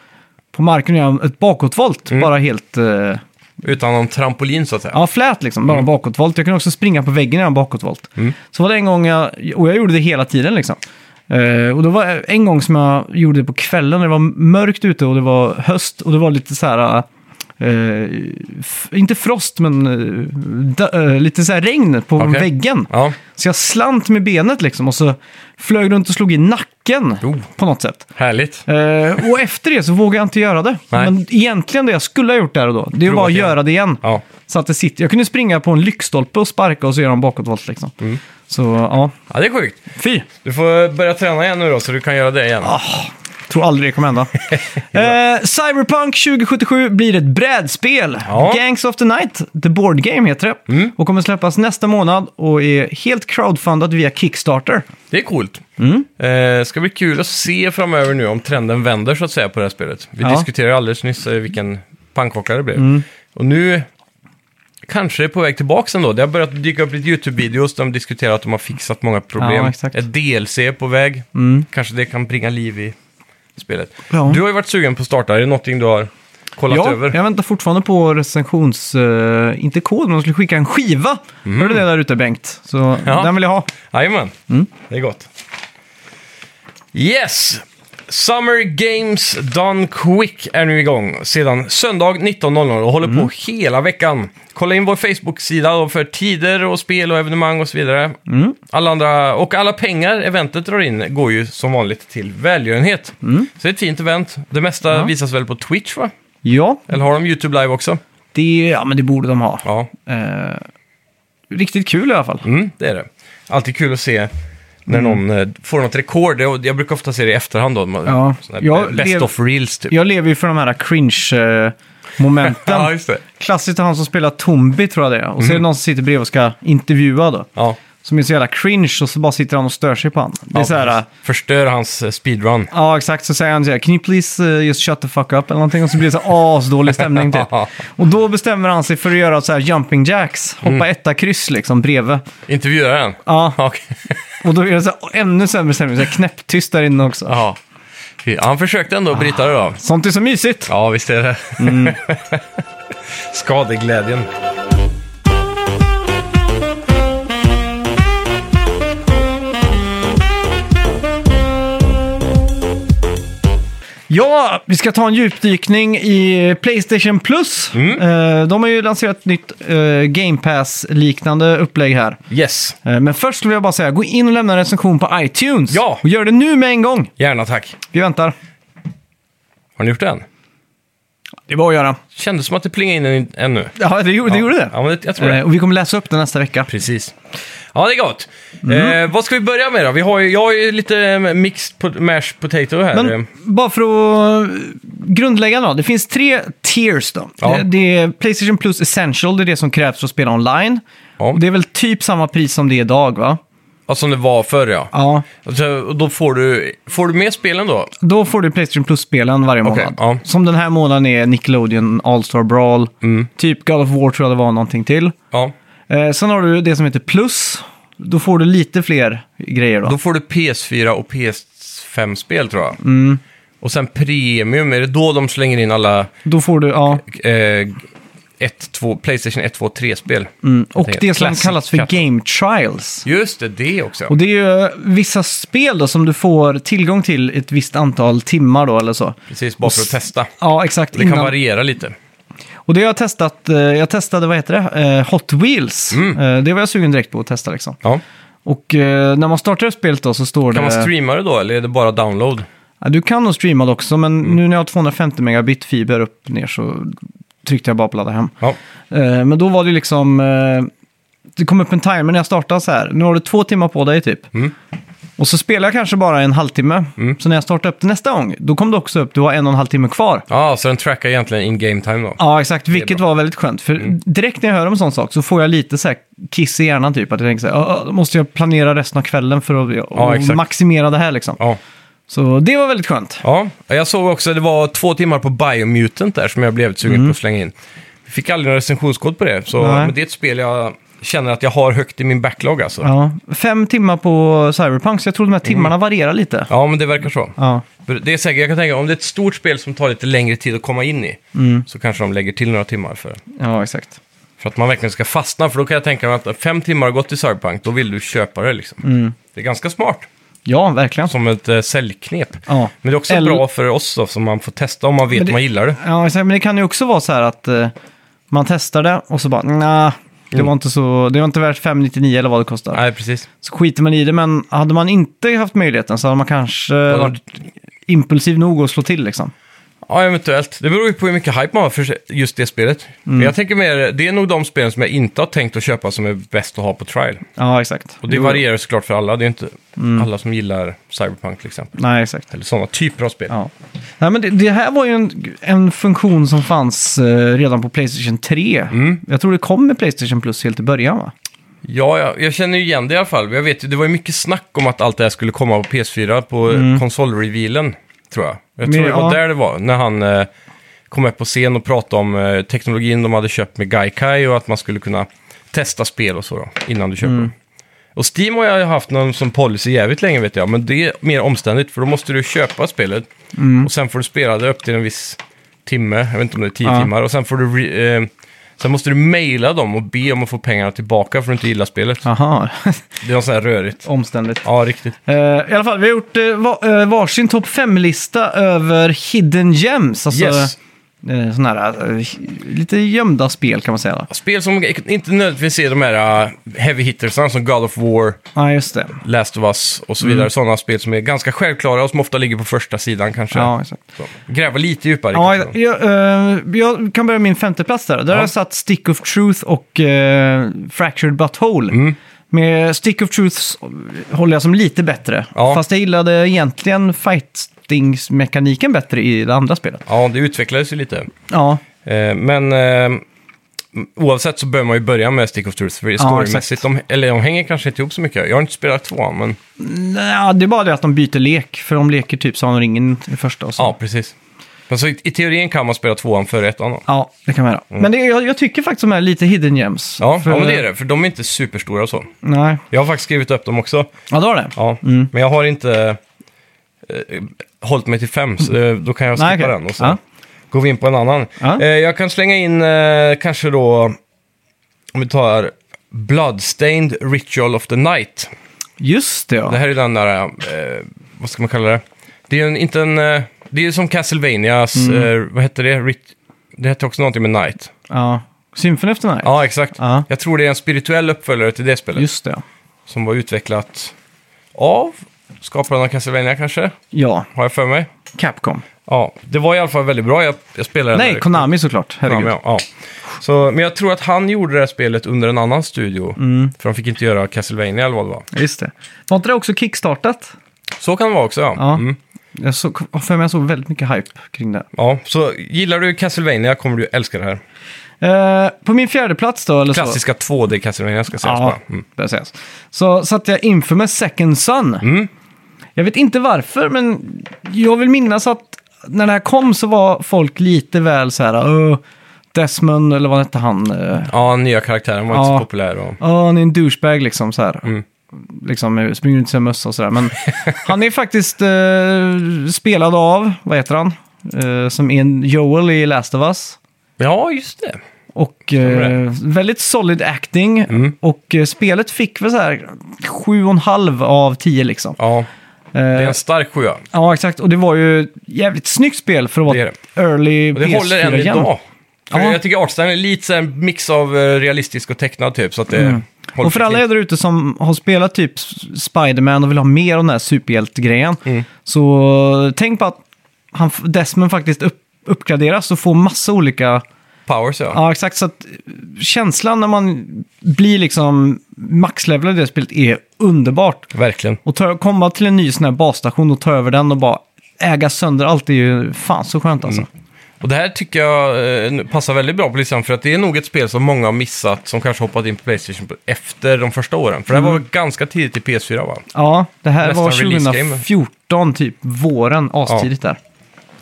[SPEAKER 1] på marken och göra ett bakåtvolt.
[SPEAKER 2] Mm.
[SPEAKER 1] Bara helt... eh,
[SPEAKER 2] Utan någon trampolin så att säga.
[SPEAKER 1] Ja, flät liksom.
[SPEAKER 2] Mm.
[SPEAKER 1] Bara bakåtvolt. Jag kunde också springa på väggen innan bakåtvolt. Så var det en gång jag, och jag gjorde det hela tiden liksom. Eh, och det var en gång som jag gjorde det på kvällen när det var mörkt ute och det var höst och det var lite så här, eh, f- inte frost men eh, dö- eh, lite så här regn på
[SPEAKER 2] Okej.
[SPEAKER 1] väggen.
[SPEAKER 2] Ja,
[SPEAKER 1] Så jag slant med benet liksom och så flög runt och slog i nacken
[SPEAKER 2] Oh.
[SPEAKER 1] på något sätt.
[SPEAKER 2] härligt.
[SPEAKER 1] Eh, och efter det så vågade jag inte göra det.
[SPEAKER 2] Nej.
[SPEAKER 1] Men egentligen det jag skulle ha gjort där och då, det var att
[SPEAKER 2] igen.
[SPEAKER 1] göra det igen.
[SPEAKER 2] Ja.
[SPEAKER 1] Så att det sitter. Jag kunde springa på en lyktstolpe och sparka och så göra en bakåtvolt liksom.
[SPEAKER 2] Mm.
[SPEAKER 1] Så ja,
[SPEAKER 2] ja, det är sjukt.
[SPEAKER 1] fy.
[SPEAKER 2] Du får börja träna igen nu då, så du kan göra det igen.
[SPEAKER 1] Tror aldrig det kommer hända. eh, Cyberpunk 2077 blir ett brädspel.
[SPEAKER 2] Ja. Mm.
[SPEAKER 1] Gangs of the Night, The Board Game heter det. Och kommer släppas nästa månad och är helt crowdfundat via Kickstarter.
[SPEAKER 2] Det är coolt.
[SPEAKER 1] Mm.
[SPEAKER 2] Eh, ska bli kul att se framöver nu om trenden vänder så att säga på det här spelet. Vi
[SPEAKER 1] Ja. Mm.
[SPEAKER 2] diskuterade ju alldeles nyss eh, vilken pannkaka det blev. Och nu kanske det är på väg tillbaka ändå. Det har börjat dyka upp lite YouTube-videos där de diskuterar att de har fixat många problem.
[SPEAKER 1] Ja, exakt. Mm.
[SPEAKER 2] Ett DLC är på väg. Kanske det kan bringa liv i spelet.
[SPEAKER 1] Ja.
[SPEAKER 2] Du har ju varit sugen på att starta. Är det någonting du har kollat över?
[SPEAKER 1] jag väntar fortfarande på recensions... eh, inte kod, men de skulle skicka en skiva. Hörde du det där ute, Bengt? Så
[SPEAKER 2] Mm. Ja.
[SPEAKER 1] den vill jag ha.
[SPEAKER 2] Jajamän, det är gott. Yes! Summer Games Done Quick är nu igång sedan söndag 19.00 och håller på hela veckan. Kolla in vår Facebook-sida då för tider och spel och evenemang och så vidare. Alla andra, och alla pengar eventet drar in går ju som vanligt till välgörenhet. Så det är ett fint event. Det mesta
[SPEAKER 1] Ja.
[SPEAKER 2] visas väl på Twitch va?
[SPEAKER 1] Ja,
[SPEAKER 2] Eller har de YouTube Live också?
[SPEAKER 1] det, ja men det borde de ha.
[SPEAKER 2] Ja,
[SPEAKER 1] Eh, riktigt kul i alla fall.
[SPEAKER 2] Mm, det är det. Alltid kul att se när
[SPEAKER 1] Mm.
[SPEAKER 2] någon eh, får något rekord. Jag, jag brukar ofta se det i efterhand då. Man,
[SPEAKER 1] Ja.
[SPEAKER 2] sån här
[SPEAKER 1] Ja,
[SPEAKER 2] best
[SPEAKER 1] det-
[SPEAKER 2] of reels typ.
[SPEAKER 1] Jag lever ju för de här cringe-momenten.
[SPEAKER 2] ja, just det. Mhm.
[SPEAKER 1] Klassiskt är han som spelar Tombi, tror jag det är. Och så är det någon som sitter bredvid och ska intervjua då.
[SPEAKER 2] Ja.
[SPEAKER 1] Som är så jävla cringe och så bara sitter han och stör sig på han. Det är
[SPEAKER 2] Ja,
[SPEAKER 1] så här...
[SPEAKER 2] precis. Förstör hans eh, speedrun.
[SPEAKER 1] Ja, exakt. Så säger han så här, can you please eh, just shut the fuck up eller någonting? Och så blir det så här asdålig stämning typ. Och då bestämmer han sig för att göra så här jumping jacks, hoppa
[SPEAKER 2] Mm.
[SPEAKER 1] etta kryss liksom bredvid.
[SPEAKER 2] Intervjuaren?
[SPEAKER 1] Ja,
[SPEAKER 2] Okej.
[SPEAKER 1] och då är det så här, ännu sämre stämning, så här knäpptyst där inne också.
[SPEAKER 2] Ja. Fy, Han försökte ändå bryta det då.
[SPEAKER 1] Sånt är så mysigt.
[SPEAKER 2] Ja, visst är det.
[SPEAKER 1] Mm.
[SPEAKER 2] Skadeglädjen.
[SPEAKER 1] Ja, vi ska ta en djupdykning i Playstation Plus.
[SPEAKER 2] Mm.
[SPEAKER 1] Eh, de har ju lanserat ett nytt eh, Game Pass-liknande upplägg här.
[SPEAKER 2] Yes.
[SPEAKER 1] Eh, men först skulle jag bara säga, gå in och lämna en recension på iTunes.
[SPEAKER 2] Ja.
[SPEAKER 1] Och gör det nu med en gång.
[SPEAKER 2] Gärna tack.
[SPEAKER 1] Vi väntar.
[SPEAKER 2] Har ni gjort det än?
[SPEAKER 1] Det är bara att göra.
[SPEAKER 2] Kändes som att det plingade in en- en nu.
[SPEAKER 1] Ja, det gjorde det. Gjorde det.
[SPEAKER 2] Ja, men det- jag tror det.
[SPEAKER 1] Eh, Och vi kommer läsa upp det nästa vecka.
[SPEAKER 2] Precis. Ja, det är gott.
[SPEAKER 1] Mm.
[SPEAKER 2] Eh, vad ska vi börja med då? Vi har ju, jag har ju lite eh, mixed pot- mashed potato här.
[SPEAKER 1] Men bara för att eh, grundlägga då. Det finns tre tiers då.
[SPEAKER 2] Ja.
[SPEAKER 1] Det, det är Playstation Plus Essential, det är det som krävs för att spela online.
[SPEAKER 2] Ja.
[SPEAKER 1] Och det är väl typ samma pris som det är idag va?
[SPEAKER 2] Ja, som det var förr ja.
[SPEAKER 1] Ja.
[SPEAKER 2] Alltså, och då får du, får du med spelen då?
[SPEAKER 1] Då får du Playstation Plus-spelen varje
[SPEAKER 2] Okej,
[SPEAKER 1] månad.
[SPEAKER 2] ja.
[SPEAKER 1] Som den här månaden är Nickelodeon All-Star Brawl,
[SPEAKER 2] Mm.
[SPEAKER 1] typ God of War tror jag det var någonting till.
[SPEAKER 2] Ja.
[SPEAKER 1] Eh, sen har du det som heter Plus. Då får du lite fler grejer då.
[SPEAKER 2] Då får du PS4 och PS5-spel tror jag.
[SPEAKER 1] Mm.
[SPEAKER 2] Och sen premium, är det då de slänger in alla
[SPEAKER 1] Då får du, ja.
[SPEAKER 2] eh, ett, två, Playstation 1, 2, 3-spel?
[SPEAKER 1] Mm. Och
[SPEAKER 2] tänker
[SPEAKER 1] det som
[SPEAKER 2] classic
[SPEAKER 1] kallas för
[SPEAKER 2] cut.
[SPEAKER 1] Game Trials.
[SPEAKER 2] Just det, det också.
[SPEAKER 1] Och det är ju vissa spel då som du får tillgång till ett visst antal timmar då eller så.
[SPEAKER 2] Precis, bara för att testa.
[SPEAKER 1] Ja, exakt.
[SPEAKER 2] Det kan
[SPEAKER 1] innan.
[SPEAKER 2] variera lite.
[SPEAKER 1] Och det har jag testat, eh, jag testade, vad heter det, Eh, Hot Wheels.
[SPEAKER 2] Mm.
[SPEAKER 1] Eh, Det var jag sugen direkt på att testa liksom.
[SPEAKER 2] Ja.
[SPEAKER 1] Och eh, när man startar spelet då så står
[SPEAKER 2] Kan
[SPEAKER 1] det...
[SPEAKER 2] man streama det då, eller är det bara download?
[SPEAKER 1] ja, du kan nog streama det också, men
[SPEAKER 2] Mm.
[SPEAKER 1] nu när jag har 250 megabit fiber upp ner så tryckte jag bara på ladda hem.
[SPEAKER 2] Ja.
[SPEAKER 1] Eh, Men då var det liksom... eh, Det kom upp en timer när jag startade så här. Nu har du två timmar på dig typ.
[SPEAKER 2] Mm.
[SPEAKER 1] Och så spelar jag kanske bara en halvtimme. Så när jag startar upp det nästa gång, då kom det också upp, du har en och en halv timme kvar.
[SPEAKER 2] Ja, så den trackar egentligen in game time då?
[SPEAKER 1] Ja, exakt. Vilket
[SPEAKER 2] bra. Mm.
[SPEAKER 1] var väldigt skönt. För direkt när jag hör om en sån sak så får jag lite så här kiss i hjärnan typ. Att jag tänker så här, "Ah, ah, då måste jag planera resten av kvällen för att och
[SPEAKER 2] exakt.
[SPEAKER 1] maximera det här liksom.
[SPEAKER 2] Ja.
[SPEAKER 1] Så det var väldigt skönt.
[SPEAKER 2] ja. Jag såg också att det var två timmar på Biomutant där som jag blev sugen på att slänga in. Vi fick aldrig någon recensionskod på det, så
[SPEAKER 1] Mm. Nej.
[SPEAKER 2] men det är ett spel jag känner att jag har högt i min backlog alltså. Ja, Mm.
[SPEAKER 1] Ja. Fem timmar på Cyberpunk, så jag tror de här timmarna varierar lite.
[SPEAKER 2] men det verkar så.
[SPEAKER 1] Ja.
[SPEAKER 2] Det är säkert, jag kan tänka om det är ett stort spel som tar lite längre tid att komma in i
[SPEAKER 1] Mm.
[SPEAKER 2] så kanske de lägger till några timmar för,
[SPEAKER 1] ja, exakt.
[SPEAKER 2] för att man verkligen ska fastna. För då kan jag tänka mig att fem timmar har gått till Cyberpunk, då vill du köpa det liksom. Det är ganska smart
[SPEAKER 1] Mm. Ja, verkligen.
[SPEAKER 2] som ett eh, säljknep.
[SPEAKER 1] Ja.
[SPEAKER 2] Men det är också
[SPEAKER 1] Eller-
[SPEAKER 2] bra för oss då, som man får testa om man vet
[SPEAKER 1] Men det-
[SPEAKER 2] man gillar det.
[SPEAKER 1] Ja, exakt. Men det kan ju också vara så här att eh, man testar det och så bara, nah, det var inte så, det var inte värt 599 eller vad det kostar.
[SPEAKER 2] Mm. Nej, precis.
[SPEAKER 1] Så skiter man i det, men hade man inte haft möjligheten så hade man kanske
[SPEAKER 2] Ja,
[SPEAKER 1] varit impulsiv nog att slå till liksom.
[SPEAKER 2] Ja, eventuellt. Det beror ju på hur mycket hype man har för just det spelet.
[SPEAKER 1] Mm.
[SPEAKER 2] Men jag tänker mer, det är nog de spelen som jag inte har tänkt att köpa som är bäst att ha på trial.
[SPEAKER 1] Ja, exakt.
[SPEAKER 2] Och det
[SPEAKER 1] Jo. Mm.
[SPEAKER 2] varierar såklart för alla. Det är inte alla som gillar Cyberpunk till exempel.
[SPEAKER 1] Nej, exakt.
[SPEAKER 2] Eller sådana typer av spel.
[SPEAKER 1] Ja. Nej, men det, det här var ju en, en funktion som fanns eh, redan på Playstation 3. Jag tror det kom med Playstation Plus helt i början va?
[SPEAKER 2] Ja, ja, jag känner ju igen det i alla fall. Jag vet, ju, det var ju mycket snack om att allt det här skulle komma på PS4 på mm. konsolrevealen, tror jag. Jag tror
[SPEAKER 1] Men,
[SPEAKER 2] det var
[SPEAKER 1] ja.
[SPEAKER 2] där det var, när han eh, kom upp på scen och pratade om eh, teknologin de hade köpt med Gaikai och att man skulle kunna testa spel och så då, innan du
[SPEAKER 1] Mm.
[SPEAKER 2] köper. Och Steam har jag ju haft någon som policy jävligt länge vet jag, men det är mer omständigt för då måste du köpa spelet
[SPEAKER 1] Mm.
[SPEAKER 2] och sen får du spela det upp till en viss timme, jag vet inte om det är tio
[SPEAKER 1] Ja.
[SPEAKER 2] timmar, och sen får du... re- Eh, Sen måste du mejla dem och be om att få pengarna tillbaka för att du inte gillar spelet.
[SPEAKER 1] Aha,
[SPEAKER 2] Det är något sånt här rörigt.
[SPEAKER 1] omständigt.
[SPEAKER 2] Ja, riktigt.
[SPEAKER 1] Eh, I alla fall, vi har gjort eh, va- eh, varsin topp 5-lista över hidden gems. Alltså,
[SPEAKER 2] Yes.
[SPEAKER 1] eh, såna här eh, lite gömda spel kan man säga. då.
[SPEAKER 2] Spel som inte nödvändigtvis är de här uh, heavy hittersarna som God of War,
[SPEAKER 1] Ja, just det.
[SPEAKER 2] Last of Us och så
[SPEAKER 1] Mm.
[SPEAKER 2] vidare. Sådana spel som är ganska självklara och som ofta ligger på första sidan kanske.
[SPEAKER 1] Ja, exakt.
[SPEAKER 2] Så. Gräva lite djupare.
[SPEAKER 1] Ja,
[SPEAKER 2] kanske.
[SPEAKER 1] jag, eh, jag kan börja med min femte plats där. Där har jag satt Stick of Truth och eh, Fractured Butthole.
[SPEAKER 2] Mm.
[SPEAKER 1] Med Stick of Truth s- håller jag som lite bättre.
[SPEAKER 2] Ja.
[SPEAKER 1] Fast jag gillade egentligen fighting-mekaniken bättre i det andra spelet.
[SPEAKER 2] ja, det utvecklades ju lite.
[SPEAKER 1] Ja,
[SPEAKER 2] Eh, men eh, oavsett så bör man ju börja med Stick of Truth. För det är
[SPEAKER 1] Ja,
[SPEAKER 2] storymässigt, de, eller de hänger kanske inte ihop så mycket. Jag har inte spelat tvåan, men
[SPEAKER 1] Nja, det är bara det att de byter lek. För de leker typ som ringen i första och så.
[SPEAKER 2] ja, precis. Men så i, i teorin kan man spela tvåan före ettan då.
[SPEAKER 1] Ja, det kan man göra. Men det, jag, jag tycker faktiskt de är lite hidden gems.
[SPEAKER 2] Mm. Ja, ja, men det är det. För de är inte superstora och så.
[SPEAKER 1] Nej.
[SPEAKER 2] Jag har faktiskt skrivit upp dem också.
[SPEAKER 1] Ja, då har det.
[SPEAKER 2] Ja, men jag har inte eh, hållit mig till fem, så eh, då kan jag skippa
[SPEAKER 1] Nej, okej.
[SPEAKER 2] den och sen
[SPEAKER 1] Ja.
[SPEAKER 2] går vi in på en annan.
[SPEAKER 1] Ja.
[SPEAKER 2] Eh, jag kan slänga in eh, kanske då, om vi tar Bloodstained Ritual of the Night.
[SPEAKER 1] Just det, ja.
[SPEAKER 2] Det här är den där, eh, vad ska man kalla det? Det är ju en, inte en, eh, det är ju som Castlevanias,
[SPEAKER 1] Mm.
[SPEAKER 2] eh, vad heter det? Rit- det hette också någonting med Night.
[SPEAKER 1] ja. Symphony of the Night.
[SPEAKER 2] Ja, exakt.
[SPEAKER 1] Ja.
[SPEAKER 2] Jag tror det är en spirituell uppföljare till det spelet.
[SPEAKER 1] Just det, ja.
[SPEAKER 2] Som var utvecklat av skaparen av Castlevania kanske,
[SPEAKER 1] Ja,
[SPEAKER 2] har jag för mig.
[SPEAKER 1] Capcom.
[SPEAKER 2] Ja, det var i alla fall väldigt bra. Jag, jag spelade den
[SPEAKER 1] Nej,
[SPEAKER 2] där.
[SPEAKER 1] Konami såklart. Herregud.
[SPEAKER 2] Konami, ja. ja. Så, men jag tror att han gjorde det här spelet under en annan studio.
[SPEAKER 1] Mm.
[SPEAKER 2] För de fick inte göra Castlevania eller vad det var.
[SPEAKER 1] Just det. Var inte det också kickstartat?
[SPEAKER 2] Så kan det vara också, ja.
[SPEAKER 1] Ja.
[SPEAKER 2] Mm.
[SPEAKER 1] Jag såg, har för mig jag såg väldigt mycket hype kring det.
[SPEAKER 2] ja. Så gillar du Castlevania kommer du älska det här.
[SPEAKER 1] Eh, på min fjärde plats då, eller så?
[SPEAKER 2] Klassiska 2D Castlevania ska sägas
[SPEAKER 1] Ja,
[SPEAKER 2] bara. Mm.
[SPEAKER 1] där sägs. Så satte jag Infamous Second Son.
[SPEAKER 2] Mm.
[SPEAKER 1] Jag vet inte varför, men jag vill minnas att när det här kom så var folk lite väl så här, "Åh, Desmond, eller vad hette han? Eh,
[SPEAKER 2] Ja, nya karaktären var inte
[SPEAKER 1] Ja.
[SPEAKER 2] så populär. Och...
[SPEAKER 1] Ja, han är en douchebag liksom så här.
[SPEAKER 2] Mm.
[SPEAKER 1] Liksom eh, springer runt i sin mössa och sådär. Men han är faktiskt eh, spelad av, vad heter han? Eh, som är en Joel i Last of Us.
[SPEAKER 2] Ja, just det.
[SPEAKER 1] Och
[SPEAKER 2] Stämmer Mm.
[SPEAKER 1] eh, väldigt solid acting. Och eh, spelet fick väl så här 7,5 av 10 liksom.
[SPEAKER 2] Ja, det är
[SPEAKER 1] Eh,
[SPEAKER 2] en stark sjua.
[SPEAKER 1] ja, exakt. Och det var ju ett jävligt snyggt spel för att vara
[SPEAKER 2] Det är
[SPEAKER 1] ett early
[SPEAKER 2] Och det
[SPEAKER 1] PS4
[SPEAKER 2] håller än idag. För
[SPEAKER 1] Ja.
[SPEAKER 2] Jag tycker artstylen är lite så här en mix av eh, realistisk och tecknad typ. Så att det håller
[SPEAKER 1] Mm. Och för alla er där ute som har spelat typ Spider-Man och vill ha mer av den här superhjältegrejen.
[SPEAKER 2] Mm.
[SPEAKER 1] Så tänk på att han, Desmond faktiskt upp, uppgraderas och får massa olika...
[SPEAKER 2] powers ja.
[SPEAKER 1] Ja, exakt. Så att eh, känslan när man blir liksom maxlevelad i det spelet är underbart.
[SPEAKER 2] Verkligen.
[SPEAKER 1] Och ta, komma till en ny sån här basstation och ta över den och bara äga sönder allt är ju fan så skönt alltså.
[SPEAKER 2] Och det här tycker jag eh, passar väldigt bra på listan för att det är nog ett spel som många har missat som kanske hoppat in på Playstation på- efter de första åren. För det här
[SPEAKER 1] Mm.
[SPEAKER 2] var väl ganska tidigt i PS4 va?
[SPEAKER 1] Ja, det här
[SPEAKER 2] Nästan
[SPEAKER 1] var
[SPEAKER 2] release-game.
[SPEAKER 1] 2014, typ våren, astidigt där.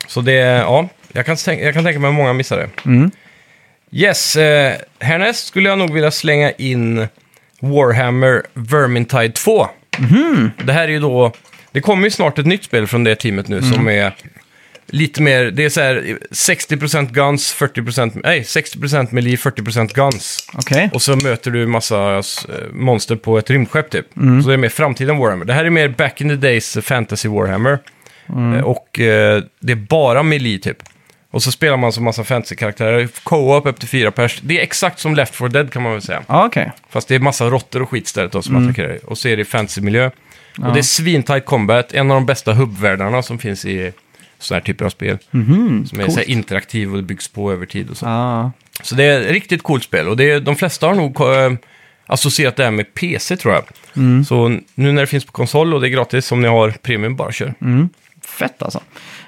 [SPEAKER 2] Så det, ja, jag kan, tänka, jag kan tänka mig att många missar det. Yes, eh, härnäst skulle jag nog vilja slänga in Warhammer Vermintide 2. Det här är ju då... Det kommer ju snart ett nytt spel från det teamet nu som är lite mer... Det är så här 60% guns, 40%... Nej, 60% melee, 40% guns.
[SPEAKER 1] Okej.
[SPEAKER 2] Och så möter du massa eh, monster på ett rymdskepp typ. Så det är mer framtiden Warhammer. Det här är mer back in the days fantasy Warhammer. Eh, Och eh, det är bara melee typ. Och så spelar man som massa fantasy-karaktärer. Co-op upp till fyra pers. Det är exakt som Left 4 Dead kan man väl säga.
[SPEAKER 1] Ja, okej.
[SPEAKER 2] Fast det är massa råttor och skit istället då som attackerar dig. Och så är det fantasymiljö. Och det är svintight combat. En av de bästa hubbvärldarna som finns i sådana här typer av spel. som är så här interaktiv och det byggs på över tid och så.
[SPEAKER 1] Ja.
[SPEAKER 2] Så det är ett riktigt coolt spel och det är, de flesta har nog eh, associerat det här med PC tror jag.
[SPEAKER 1] Mm.
[SPEAKER 2] Så nu när det finns på konsol och det är gratis, om ni har premium, bara kör.
[SPEAKER 1] Mm. Fett alltså.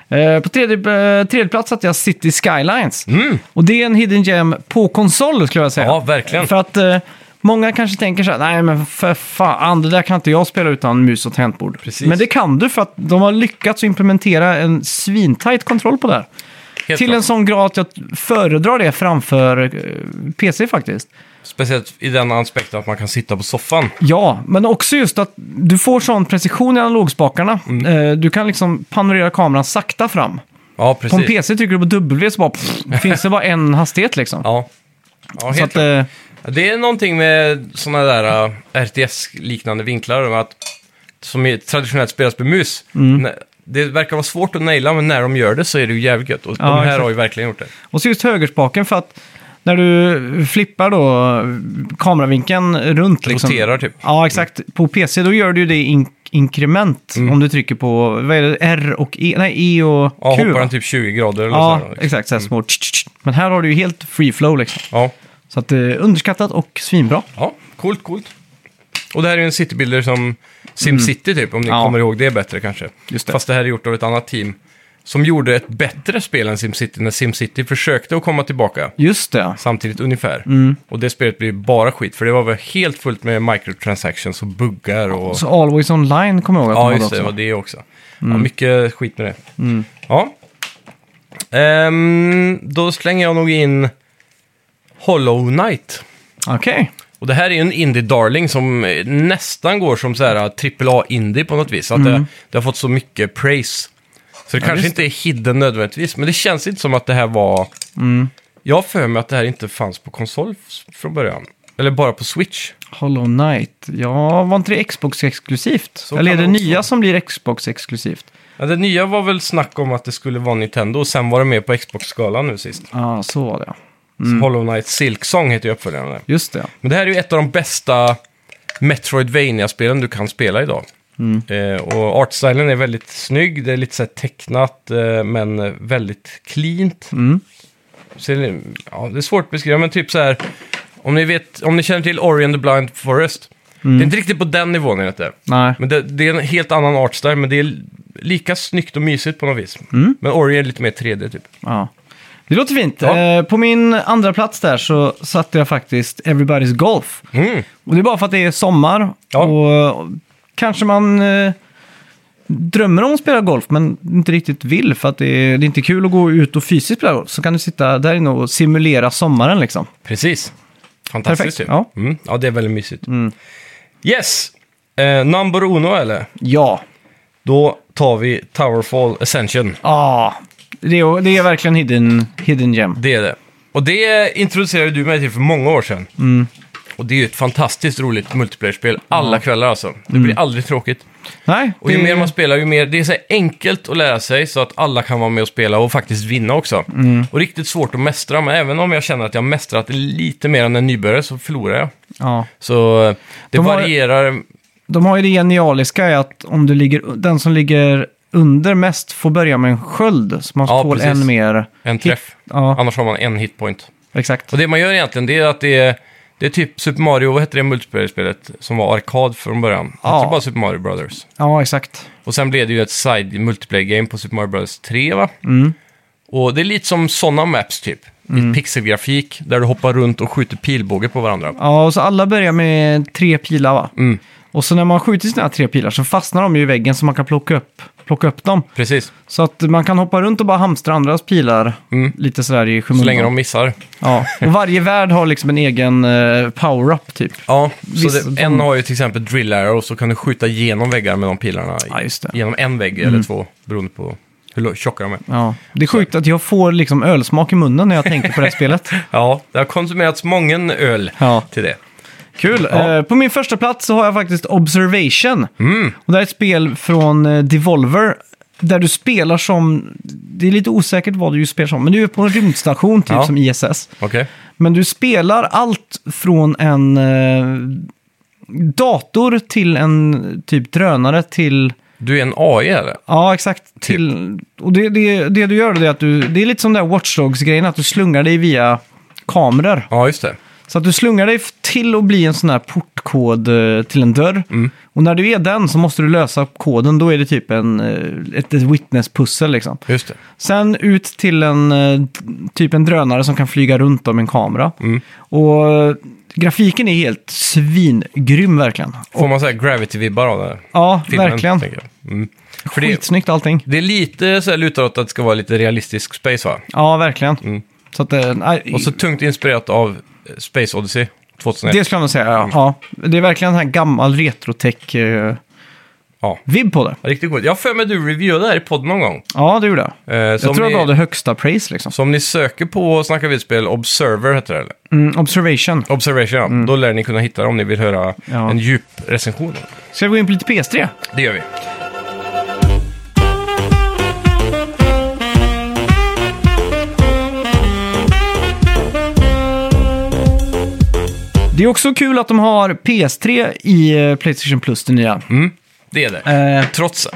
[SPEAKER 1] Eh, På tredje, eh, tredje plats satte jag City Skylines. Och det är en hidden gem på konsol skulle jag säga.
[SPEAKER 2] Mm. Ja, verkligen.
[SPEAKER 1] För att eh, många kanske tänker så här, nej men för fan, det där kan inte jag spela utan mus och tangentbord.
[SPEAKER 2] Precis.
[SPEAKER 1] Men det kan du för att de har lyckats implementera en svintajt kontroll på det här.
[SPEAKER 2] Helt
[SPEAKER 1] Till
[SPEAKER 2] klart.
[SPEAKER 1] en sån grad att jag föredrar det framför eh, PC faktiskt.
[SPEAKER 2] Speciellt i den aspekten att man kan sitta på soffan.
[SPEAKER 1] Ja, men också just att du får sån precision i analogspakarna.
[SPEAKER 2] Mm.
[SPEAKER 1] Eh, Du kan liksom panorera kameran sakta fram.
[SPEAKER 2] Ja,
[SPEAKER 1] På en
[SPEAKER 2] precis.
[SPEAKER 1] PC trycker du på W så bara, pff, finns det bara en hastighet liksom.
[SPEAKER 2] Ja, ja
[SPEAKER 1] så
[SPEAKER 2] helt
[SPEAKER 1] att,
[SPEAKER 2] klart.
[SPEAKER 1] eh,
[SPEAKER 2] Det är någonting med sådana där eh, RTS-liknande vinklar, med att, som i traditionellt spelas med mus.
[SPEAKER 1] Mm.
[SPEAKER 2] Nä- Det verkar vara svårt att naila, men när de gör det så är det ju jävligt gött. Och
[SPEAKER 1] Ja,
[SPEAKER 2] de här
[SPEAKER 1] exakt.
[SPEAKER 2] har ju verkligen gjort det.
[SPEAKER 1] och så just högerspaken för att när du flippar då eh, kameravinkeln runt. Liksom.
[SPEAKER 2] Roterar typ.
[SPEAKER 1] Ja, exakt. På PC då gör du ju det i in- inkrement
[SPEAKER 2] Mm.
[SPEAKER 1] om du trycker på vad är det, R och E, nej, E och Q.
[SPEAKER 2] Ja, hoppar
[SPEAKER 1] va?
[SPEAKER 2] den typ 20 grader eller
[SPEAKER 1] ja
[SPEAKER 2] så. här, liksom.
[SPEAKER 1] exakt. Så här små tsch, tsch, tsch. Men här har du ju helt free flow liksom.
[SPEAKER 2] Ja.
[SPEAKER 1] Så att, eh, underskattat och svinbra.
[SPEAKER 2] Ja, coolt, coolt. Och det här är ju en citybuilder som SimCity typ, om ni
[SPEAKER 1] Mm. Ja.
[SPEAKER 2] kommer ihåg det bättre kanske.
[SPEAKER 1] Just det.
[SPEAKER 2] Fast det här är gjort av ett annat team som gjorde ett bättre spel än SimCity när SimCity försökte att komma tillbaka.
[SPEAKER 1] Just det.
[SPEAKER 2] Samtidigt ungefär.
[SPEAKER 1] Mm.
[SPEAKER 2] Och det spelet blir bara skit, för det var väl helt fullt med microtransactions och buggar och...
[SPEAKER 1] Så Mm. Always Online kommer jag ihåg att de
[SPEAKER 2] Ja,
[SPEAKER 1] hade
[SPEAKER 2] just det, det
[SPEAKER 1] också.
[SPEAKER 2] var det också. Ja, mycket skit med det.
[SPEAKER 1] Mm.
[SPEAKER 2] Ja. Ehm, då slänger jag nog in Hollow Knight.
[SPEAKER 1] Okej.
[SPEAKER 2] Och det här är ju en indie-darling som eh, nästan går som så här eh, AAA-indie på något vis. Att det, det har fått så mycket praise. Så det kanske
[SPEAKER 1] visst.
[SPEAKER 2] inte är hidden nödvändigtvis, men det känns inte som att det här var... Jag har för mig att det här inte fanns på konsol f- från början. Eller bara på Switch.
[SPEAKER 1] Hollow Knight. Ja, var inte det Xbox-exklusivt?
[SPEAKER 2] Så
[SPEAKER 1] Eller är det
[SPEAKER 2] kan det också
[SPEAKER 1] nya som blir Xbox-exklusivt?
[SPEAKER 2] Ja, det nya var väl snack om att det skulle vara Nintendo och sen var det med på Xbox-skalan nu sist.
[SPEAKER 1] Ja, ah, så var det.
[SPEAKER 2] Så Hollow Knight Silksong heter ju uppföljaren. där.
[SPEAKER 1] Just det.
[SPEAKER 2] Men det här är ju ett av de bästa Metroidvania-spelen du kan spela idag. Eh, och artstylen är väldigt snygg, det är lite så här tecknat eh, men väldigt cleant. Så är det, ja, det är svårt att beskriva, men typ så här, om ni, vet, om ni känner till Ori and the Blind Forest, det är inte riktigt på den nivån är det inte.
[SPEAKER 1] Nej.
[SPEAKER 2] Men det, det är en helt annan artstyle, men det är lika snyggt och mysigt på något vis. Men Ori är lite mer 3D typ.
[SPEAKER 1] Ja. Det låter fint.
[SPEAKER 2] Ja.
[SPEAKER 1] Eh, på min andra plats där så satte jag faktiskt Everybody's Golf.
[SPEAKER 2] Mm.
[SPEAKER 1] Och det är bara för att det är sommar
[SPEAKER 2] Ja.
[SPEAKER 1] och och kanske man eh, drömmer om att spela golf men inte riktigt vill för att det är, det är inte kul att gå ut och fysiskt spela golf. Så kan du sitta där inne och simulera sommaren liksom.
[SPEAKER 2] Precis. Fantastiskt
[SPEAKER 1] Perfekt,
[SPEAKER 2] ju.
[SPEAKER 1] ja. Mm.
[SPEAKER 2] Mm. ja, det är väldigt mysigt. Yes! Eh, number uno eller?
[SPEAKER 1] Ja,
[SPEAKER 2] Då tar vi Towerfall Ascension.
[SPEAKER 1] ah, det, är, det är verkligen hidden, hidden gem.
[SPEAKER 2] Det är det. Och det introducerade du mig till för många år sedan.
[SPEAKER 1] Mm.
[SPEAKER 2] Och det är ju ett fantastiskt roligt multiplayer-spel. Alla kvällar alltså. Det blir aldrig tråkigt.
[SPEAKER 1] Nej,
[SPEAKER 2] Och ju
[SPEAKER 1] Mm. det-
[SPEAKER 2] mer man spelar, ju mer... Det är så här enkelt att lära sig så att alla kan vara med och spela och faktiskt vinna också.
[SPEAKER 1] Mm.
[SPEAKER 2] Och riktigt svårt att mästra, men även om jag känner att jag mästrat lite mer än en nybörjare så förlorar jag.
[SPEAKER 1] ja.
[SPEAKER 2] Så eh, det
[SPEAKER 1] De har-
[SPEAKER 2] varierar...
[SPEAKER 1] De har ju det genialiska i att om du ligger, den som ligger under mest får börja med en sköld. Så man
[SPEAKER 2] Ja,
[SPEAKER 1] tål
[SPEAKER 2] precis.
[SPEAKER 1] en mer.
[SPEAKER 2] En träff.
[SPEAKER 1] Ja,
[SPEAKER 2] Annars har man en hitpoint.
[SPEAKER 1] exakt.
[SPEAKER 2] Och det man gör egentligen det är att det är, det är typ Super Mario, vad hette det multiplayer-spelet som var arkad från början?
[SPEAKER 1] Ja.
[SPEAKER 2] Ja. Hette det bara Super Mario Brothers?
[SPEAKER 1] Ja, exakt.
[SPEAKER 2] Och sen blev det ju ett side multiplayer-game på Super Mario Brothers 3 va?
[SPEAKER 1] Mm.
[SPEAKER 2] Och det är lite som sådana maps typ. I pixelgrafik där du hoppar runt och skjuter pilbåge på varandra. Mm.
[SPEAKER 1] Ja, och så alla börjar med tre pilar va? Och så när man skjuter sina tre pilar så fastnar de ju i väggen så man kan plocka upp, plocka upp dem.
[SPEAKER 2] Precis.
[SPEAKER 1] Så att man kan hoppa runt och bara hamstra andras pilar
[SPEAKER 2] Mm.
[SPEAKER 1] lite sådär i skymundan.
[SPEAKER 2] Så länge de missar.
[SPEAKER 1] Ja, och varje värld har liksom en egen eh, power-up typ.
[SPEAKER 2] Ja, så
[SPEAKER 1] Visst,
[SPEAKER 2] det, en har ju till exempel drill arrow så kan du skjuta genom väggar med de pilarna.
[SPEAKER 1] Ja, just det. Mm.
[SPEAKER 2] Genom en vägg eller två, beroende på hur lo- tjocka de är.
[SPEAKER 1] Ja. Det är sjukt att jag får liksom ölsmak i munnen när jag tänker på det här spelet.
[SPEAKER 2] Ja, det har konsumerats mången öl
[SPEAKER 1] Ja.
[SPEAKER 2] till det.
[SPEAKER 1] Kul.
[SPEAKER 2] Ja. Mm.
[SPEAKER 1] Eh, på min första plats så har jag faktiskt Observation. Och det här är ett spel från eh, Devolver. Där du spelar som, det är lite osäkert vad du just spelar som, men du är på en rymdstation typ
[SPEAKER 2] Ja.
[SPEAKER 1] som ISS.
[SPEAKER 2] Okej?
[SPEAKER 1] Men du spelar allt från en eh, dator till en typ drönare till
[SPEAKER 2] Du är en AI eller?
[SPEAKER 1] Ja, exakt. Till,
[SPEAKER 2] Typ.
[SPEAKER 1] och det, det, det du gör det är att du, det är lite som den där Watchdogs-grejen, att du slungar dig via kameror.
[SPEAKER 2] Ja, just det.
[SPEAKER 1] Så att du slungar dig till att bli en sån här portkod eh, till en dörr.
[SPEAKER 2] Mm.
[SPEAKER 1] Och när du är den så måste du lösa koden, då är det typ en, eh, ett, ett witness-pussel liksom.
[SPEAKER 2] Just det.
[SPEAKER 1] Sen ut till en eh, typ en drönare som kan flyga runt om en kamera.
[SPEAKER 2] Mm.
[SPEAKER 1] Och eh, grafiken är helt svingrym verkligen.
[SPEAKER 2] Får man säga gravity-vibbar av den här
[SPEAKER 1] Ja,
[SPEAKER 2] filmen?
[SPEAKER 1] verkligen.
[SPEAKER 2] tänker jag. Mm. För det,
[SPEAKER 1] Skitsnyggt allting.
[SPEAKER 2] det är lite så här lutar åt att det ska vara lite realistisk space va?
[SPEAKER 1] Ja, verkligen. Så att, eh, nej,
[SPEAKER 2] Mm. Och så tungt inspirerat av eh, Space Odyssey 2001.
[SPEAKER 1] Det skulle man säga,
[SPEAKER 2] Mm.
[SPEAKER 1] ja. ja. Det är verkligen den här gammal retrotech-vibb
[SPEAKER 2] Ja.
[SPEAKER 1] på det.
[SPEAKER 2] Ja, Riktigt coolt. Jag har för mig du reviewade det här i podden någon gång.
[SPEAKER 1] Ja, det gjorde jag.
[SPEAKER 2] Eh,
[SPEAKER 1] Jag
[SPEAKER 2] som
[SPEAKER 1] tror
[SPEAKER 2] ni,
[SPEAKER 1] jag gav det högsta praise liksom.
[SPEAKER 2] Så om ni söker på Snacka vidspel, Observer heter det eller?
[SPEAKER 1] Mm, observation.
[SPEAKER 2] Observation, ja. Då lär ni kunna hitta det om ni vill höra
[SPEAKER 1] Mm. Ja.
[SPEAKER 2] en djup recension.
[SPEAKER 1] Ska vi gå in på lite PS3?
[SPEAKER 2] Det gör vi.
[SPEAKER 1] Det är också kul att de har PS3 i eh, Playstation Plus, det nya.
[SPEAKER 2] Mm. Det är det.
[SPEAKER 1] Eh,
[SPEAKER 2] Trots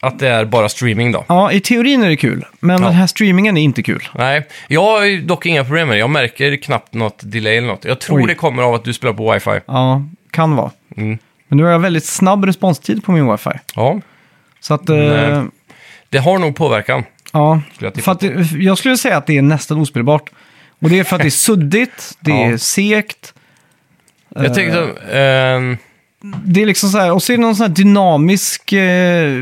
[SPEAKER 2] att det är bara streaming då.
[SPEAKER 1] ja, i teorin är det kul, men
[SPEAKER 2] Ja.
[SPEAKER 1] den här streamingen är inte kul.
[SPEAKER 2] Nej, jag har ju dock inga problem med det. Jag märker knappt något delay eller något. Jag tror
[SPEAKER 1] Oj.
[SPEAKER 2] det kommer av att du spelar på wifi.
[SPEAKER 1] Ja, kan vara.
[SPEAKER 2] Mm.
[SPEAKER 1] Men nu har jag väldigt snabb responstid på min wifi.
[SPEAKER 2] Ja,
[SPEAKER 1] Så att... eh,
[SPEAKER 2] Nej. det har nog påverkan.
[SPEAKER 1] ja,
[SPEAKER 2] Skulle jag tippa.
[SPEAKER 1] för att det, jag skulle säga att det är nästan ospelbart. Och det är för att det är suddigt, det
[SPEAKER 2] Ja.
[SPEAKER 1] är segt. Eh.
[SPEAKER 2] Jag tänkte... ehm,
[SPEAKER 1] Det är liksom så här, och så är det någon sån här dynamisk... Eh,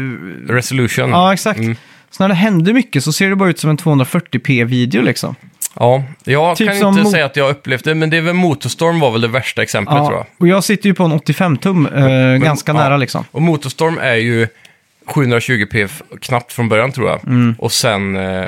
[SPEAKER 2] resolution.
[SPEAKER 1] ja, exakt.
[SPEAKER 2] Mm.
[SPEAKER 1] Så när det händer mycket så ser det bara ut som en 240p-video liksom.
[SPEAKER 2] Ja, jag
[SPEAKER 1] Typ
[SPEAKER 2] kan
[SPEAKER 1] som
[SPEAKER 2] inte
[SPEAKER 1] mo-
[SPEAKER 2] säga att jag upplevt det, men det är väl Motorstorm var väl det värsta exemplet tror
[SPEAKER 1] Ja,
[SPEAKER 2] jag.
[SPEAKER 1] och jag sitter ju på en 85-tum, eh, ganska
[SPEAKER 2] ja.
[SPEAKER 1] nära liksom.
[SPEAKER 2] Och Motorstorm är ju 720p f- knappt från början tror jag.
[SPEAKER 1] Mm.
[SPEAKER 2] Och sen eh,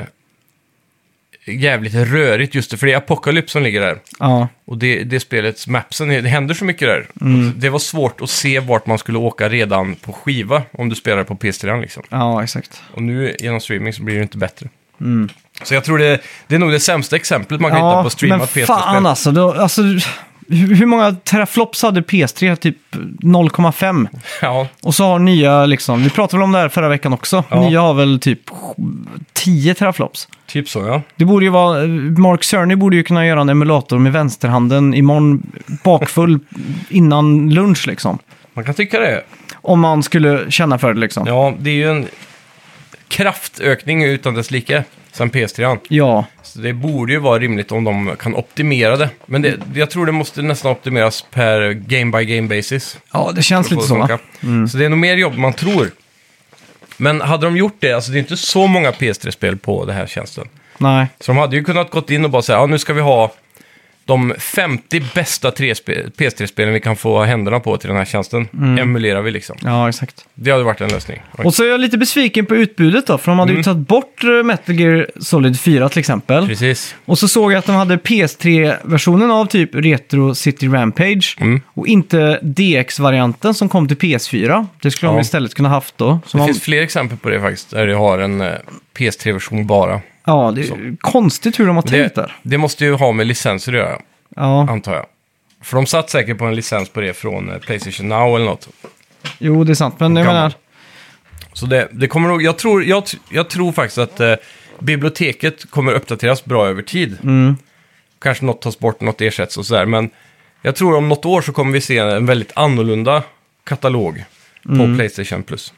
[SPEAKER 2] jävligt rörigt just det, för det är Apocalypse som ligger där.
[SPEAKER 1] Ja,
[SPEAKER 2] Och det, det spelets mapsen, är- det händer så mycket där.
[SPEAKER 1] Mm.
[SPEAKER 2] Och Det var svårt att se vart man skulle åka redan på skiva om du spelar på PS3 liksom.
[SPEAKER 1] ja exakt.
[SPEAKER 2] Och nu genom streaming så blir det inte bättre.
[SPEAKER 1] Mm.
[SPEAKER 2] Så jag tror det, det är nog det sämsta exemplet man kan hitta på
[SPEAKER 1] men
[SPEAKER 2] streamat PS3-spel.
[SPEAKER 1] fan alltså, då, alltså. Hur hur många teraflops hade PS3? Typ 0,5.
[SPEAKER 2] Ja,
[SPEAKER 1] Och så har nya liksom, vi pratade väl om det här förra veckan också.
[SPEAKER 2] Ja.
[SPEAKER 1] Nya har väl typ 10 teraflops.
[SPEAKER 2] typ så ja.
[SPEAKER 1] Det borde ju vara, eh, Mark Cerny borde ju kunna göra en emulator med vänsterhanden imorgon bakfull innan lunch liksom.
[SPEAKER 2] Man kan tycka det.
[SPEAKER 1] Om man skulle känna för det liksom. Ja.
[SPEAKER 2] Ja, det är ju en kraftökning utan dess like sen PS3. Så det borde ju vara rimligt om de kan optimera det. Men det, jag tror det måste nästan optimeras per game by game basis.
[SPEAKER 1] Ja, det känns
[SPEAKER 2] för att
[SPEAKER 1] lite
[SPEAKER 2] få
[SPEAKER 1] så Mm.
[SPEAKER 2] det att
[SPEAKER 1] va?
[SPEAKER 2] funka. Så det är nog mer jobb man tror. Men hade de gjort det, alltså det är inte så många PS3-spel på den här tjänsten.
[SPEAKER 1] Nej.
[SPEAKER 2] Så de hade ju kunnat gått in och bara säga, ja nu ska vi ha de 50 bästa tre spe- PS3-spelen vi kan få händerna på till den här tjänsten. Emulerar vi liksom.
[SPEAKER 1] Ja, exakt.
[SPEAKER 2] Det hade varit en lösning. Oj.
[SPEAKER 1] Mm. Och så är jag lite besviken på utbudet då, för de hade ju tagit bort eh, Metal Gear Solid 4 till exempel.
[SPEAKER 2] Mm. Precis.
[SPEAKER 1] Och så såg jag att de hade PS3-versionen av typ Retro City Rampage.
[SPEAKER 2] Mm.
[SPEAKER 1] Och inte DX-varianten som kom till PS4. Det skulle de
[SPEAKER 2] Ja.
[SPEAKER 1] istället kunna haft då. Så
[SPEAKER 2] Det
[SPEAKER 1] man-
[SPEAKER 2] finns fler exempel på det faktiskt, där du har en eh, PS3-version bara.
[SPEAKER 1] Ja, det är konstigt hur de har tänkt
[SPEAKER 2] Det,
[SPEAKER 1] där.
[SPEAKER 2] det måste ju ha med licenser att göra,
[SPEAKER 1] Ja,
[SPEAKER 2] antar jag. För de satt säkert på en licens på det från eh, Playstation Now eller något.
[SPEAKER 1] jo det är sant. Men jag
[SPEAKER 2] Gammal.
[SPEAKER 1] menar,
[SPEAKER 2] Så det, det kommer nog, jag tror, jag, t- jag tror faktiskt att eh, biblioteket kommer uppdateras bra över tid. Kanske något tas bort, något ersätts och sådär. Men jag tror om något år så kommer vi se en väldigt annorlunda katalog på Playstation Plus.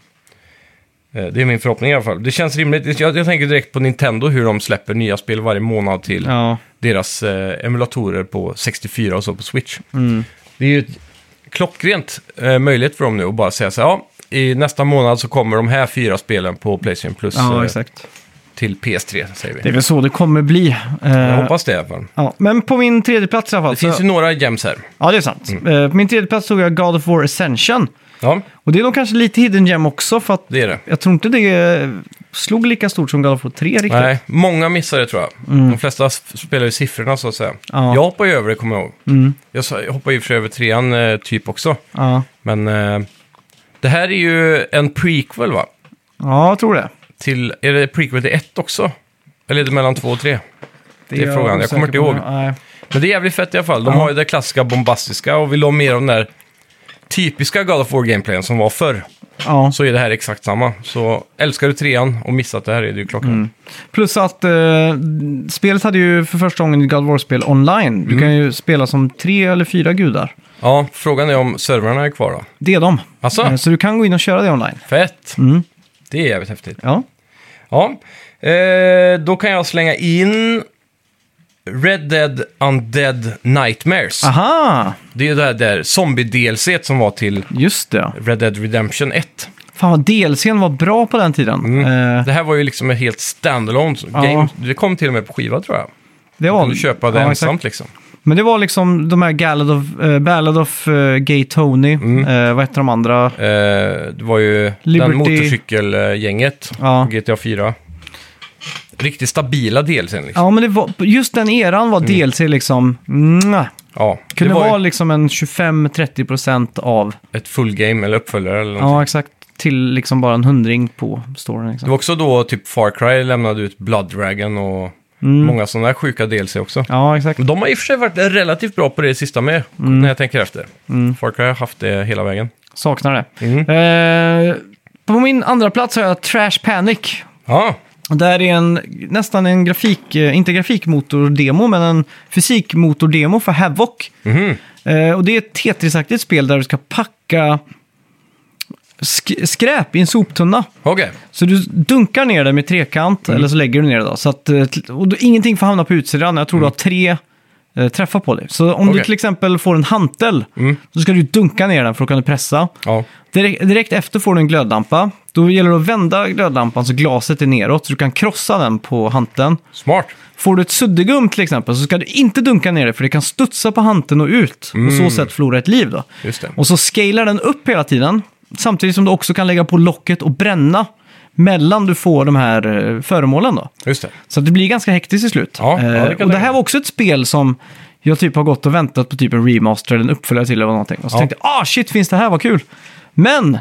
[SPEAKER 2] Eh, Det är min förhoppning i alla fall. Det känns rimligt. Jag, jag tänker direkt på Nintendo, hur de släpper nya spel varje månad till
[SPEAKER 1] ja, Mm.
[SPEAKER 2] deras eh, emulatorer på 64 och så på Switch. Det är ju ett klockrent eh, möjlighet för dem nu att bara säga så här, ja, i nästa månad så kommer de här fyra spelen på Playstation Plus eh,
[SPEAKER 1] Ja, exakt.
[SPEAKER 2] till PS3, säger vi.
[SPEAKER 1] Det är väl så det kommer bli.
[SPEAKER 2] Jag
[SPEAKER 1] Eh,
[SPEAKER 2] hoppas det i alla fall.
[SPEAKER 1] ja. Men på min tredje plats i alla fall.
[SPEAKER 2] Det finns
[SPEAKER 1] så,
[SPEAKER 2] ju Mm. några gems här.
[SPEAKER 1] Ja, det är sant. Eh, på min tredje plats tog jag God of War Ascension.
[SPEAKER 2] Ja,
[SPEAKER 1] Och det är nog kanske lite hidden gem också, för att
[SPEAKER 2] det är det.
[SPEAKER 1] jag tror inte det eh, slog lika stort som God of War 3 riktigt.
[SPEAKER 2] Nej, många missar det tror jag. De flesta s- spelar ju siffrorna så att säga.
[SPEAKER 1] Mm. Ja. Mm.
[SPEAKER 2] Jag hoppar ju över det, kommer jag ihåg. Jag sa- jag hoppar ju för sig över trean eh, typ också.
[SPEAKER 1] Ja.
[SPEAKER 2] Men eh, det här är ju en prequel va?
[SPEAKER 1] ja, jag tror det.
[SPEAKER 2] Till, är det prequel till ett också? Eller är det mellan två och tre? Det är
[SPEAKER 1] jag
[SPEAKER 2] frågan. Jag kommer
[SPEAKER 1] osäker
[SPEAKER 2] inte
[SPEAKER 1] på.
[SPEAKER 2] ihåg.
[SPEAKER 1] Nej.
[SPEAKER 2] Men det är jävligt fett i alla fall. De
[SPEAKER 1] Ja.
[SPEAKER 2] har ju det klassiska bombastiska och vill ha mer av den där typiska God of War-gameplayen som var förr.
[SPEAKER 1] Ja.
[SPEAKER 2] Så är det här exakt samma. Så älskar du trean och missat det här är det ju klockan.
[SPEAKER 1] Plus att eh, spelet hade ju för första gången ett God of War-spel online. Du
[SPEAKER 2] Mm.
[SPEAKER 1] kan ju spela som tre eller fyra gudar.
[SPEAKER 2] Ja, frågan är om servrarna är kvar då.
[SPEAKER 1] Det är de.
[SPEAKER 2] Asså?
[SPEAKER 1] Eh, Så du kan gå in och köra det online.
[SPEAKER 2] Fett! Det är jävligt häftigt.
[SPEAKER 1] Ja.
[SPEAKER 2] Ja, eh, då kan jag slänga in Red Dead Undead Nightmares.
[SPEAKER 1] Ah. Aha,
[SPEAKER 2] Det är ju det här där zombie-DLC som var till
[SPEAKER 1] just det.
[SPEAKER 2] Red Dead Redemption 1.
[SPEAKER 1] Fan vad DLCn var bra på den tiden.
[SPEAKER 2] Mm.
[SPEAKER 1] Eh,
[SPEAKER 2] Det här var ju liksom ett helt standalone game. Det kom till och med på skiva tror jag.
[SPEAKER 1] det
[SPEAKER 2] Du
[SPEAKER 1] var...
[SPEAKER 2] kunde köpa det
[SPEAKER 1] Ja, exakt.
[SPEAKER 2] ensamt liksom.
[SPEAKER 1] Men det var liksom de här Gallad of, eh, Ballad of eh, Gay Tony,
[SPEAKER 2] Mm.
[SPEAKER 1] eh, vad heter de andra?
[SPEAKER 2] Eh, det var ju
[SPEAKER 1] Liberty-
[SPEAKER 2] den motorcykelgänget
[SPEAKER 1] Ja.
[SPEAKER 2] på GTA 4. Riktigt stabila DLCn liksom.
[SPEAKER 1] Ja, men det var, just den eran var DLC liksom... Mwah,
[SPEAKER 2] Ja,
[SPEAKER 1] kunde
[SPEAKER 2] Mm. det var
[SPEAKER 1] vara
[SPEAKER 2] ju
[SPEAKER 1] liksom en 25-30% av...
[SPEAKER 2] ett full game eller uppföljare eller någonting.
[SPEAKER 1] Ja, exakt. Till liksom bara en hundring på storyn.
[SPEAKER 2] Det
[SPEAKER 1] Liksom.
[SPEAKER 2] var också då typ Far Cry lämnade ut Blood Dragon och
[SPEAKER 1] Mm.
[SPEAKER 2] många sådana här sjuka DLC också.
[SPEAKER 1] Ja, exakt.
[SPEAKER 2] Men de har i och för sig varit relativt bra på det sista med,
[SPEAKER 1] Mm.
[SPEAKER 2] när jag tänker efter. Far Cry har haft det hela vägen.
[SPEAKER 1] Saknar det.
[SPEAKER 2] Mm.
[SPEAKER 1] Eh, på min andra plats har jag Trash Panic.
[SPEAKER 2] Ja,
[SPEAKER 1] Och Där är en, nästan en grafik, eh, inte grafikmotordemo, men en fysikmotordemo för Havoc.
[SPEAKER 2] mhm.
[SPEAKER 1] Eh, och det är ett Tetris-aktigt spel där du ska packa sk- skräp i en soptunna.
[SPEAKER 2] okej.
[SPEAKER 1] Så du dunkar ner det med trekant, eller så lägger du ner det då. Så att, eh, t- och då, ingenting får hamna på utsidan. Jag tror du har tre eh, träffar på dig. Så om du
[SPEAKER 2] Okej.
[SPEAKER 1] till exempel får en hantel, så ska du dunka ner den för att kunna pressa.
[SPEAKER 2] Ja.
[SPEAKER 1] Direkt, direkt efter får du en glödlampa. Då gäller det att vända glödlampan så glaset är neråt, så du kan krossa den på hanteln.
[SPEAKER 2] Smart.
[SPEAKER 1] Får du ett suddgum till exempel så ska du inte dunka ner det för det kan studsa på hanteln och ut. På så sätt förlora ett liv då.
[SPEAKER 2] Mm. Just det.
[SPEAKER 1] Och så scalar den upp hela tiden. Samtidigt som du också kan lägga på locket och bränna mellan du får de här eh, föremålen då.
[SPEAKER 2] Just det.
[SPEAKER 1] Så att det blir ganska hektiskt i slut.
[SPEAKER 2] Ja, ja, det kan
[SPEAKER 1] Eh,
[SPEAKER 2] jag
[SPEAKER 1] och det
[SPEAKER 2] tänka
[SPEAKER 1] här
[SPEAKER 2] mig.
[SPEAKER 1] var också ett spel som jag typ har gått och väntat på typ en remaster eller en uppföljare till eller någonting. Och så
[SPEAKER 2] Ja.
[SPEAKER 1] tänkte jag, ah shit, finns det här, vad kul. Men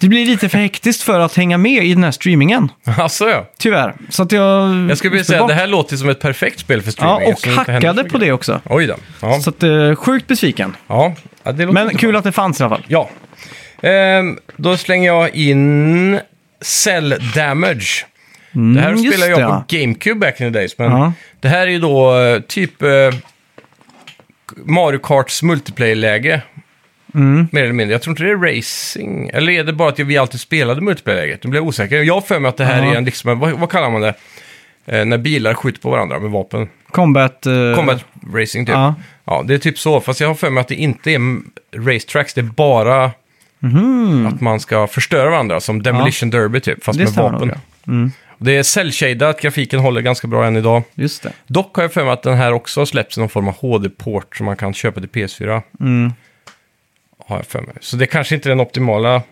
[SPEAKER 1] det blir lite för hektiskt för att hänga med i den här streamingen,
[SPEAKER 2] Alltså ja.
[SPEAKER 1] tyvärr. Så att jag...
[SPEAKER 2] Jag skulle vilja säga att det här låter som ett perfekt spel för streaming.
[SPEAKER 1] Ja, och
[SPEAKER 2] eftersom det inte händer
[SPEAKER 1] hackade
[SPEAKER 2] så
[SPEAKER 1] på
[SPEAKER 2] mycket.
[SPEAKER 1] det också.
[SPEAKER 2] Oj då. Ja.
[SPEAKER 1] Så att, eh, sjukt besviken.
[SPEAKER 2] ja. ja det låter
[SPEAKER 1] Men
[SPEAKER 2] inte
[SPEAKER 1] kul
[SPEAKER 2] bra.
[SPEAKER 1] att det fanns i alla fall.
[SPEAKER 2] Ja. Ehm, då slänger jag in Cell Damage. det här
[SPEAKER 1] Mm, just
[SPEAKER 2] spelade jag
[SPEAKER 1] det,
[SPEAKER 2] på GameCube back in the days. Men
[SPEAKER 1] Ja.
[SPEAKER 2] det här är ju då eh, typ eh, Mario Karts multiplayer-läge.
[SPEAKER 1] Mm.
[SPEAKER 2] Mer eller mindre. Jag tror inte det är racing. Eller är det bara att vi alltid spelade multiplayer-läget? Nu blir jag osäker. Jag har för mig att det här
[SPEAKER 1] Ja.
[SPEAKER 2] är en, liksom, vad, vad kallar man det? Eh, när bilar skjuter på varandra med vapen.
[SPEAKER 1] Combat... eh,
[SPEAKER 2] Combat racing typ.
[SPEAKER 1] Ja.
[SPEAKER 2] Ja. det är typ så. Fast jag har för mig att det inte är m- racetracks, det är bara att man ska förstöra varandra. Som Demolition Derby typ,
[SPEAKER 1] Mhm.
[SPEAKER 2] fast
[SPEAKER 1] Det
[SPEAKER 2] med
[SPEAKER 1] stämmer
[SPEAKER 2] vapen.
[SPEAKER 1] nog, Mm.
[SPEAKER 2] Det är cellshadat, grafiken håller ganska bra än idag.
[SPEAKER 1] Just det.
[SPEAKER 2] Dock har jag för mig att den här också har släppts i någon form av HD-port som man kan köpa till PS4.
[SPEAKER 1] Mm.
[SPEAKER 2] Har jag för mig. Så det kanske inte är den optimala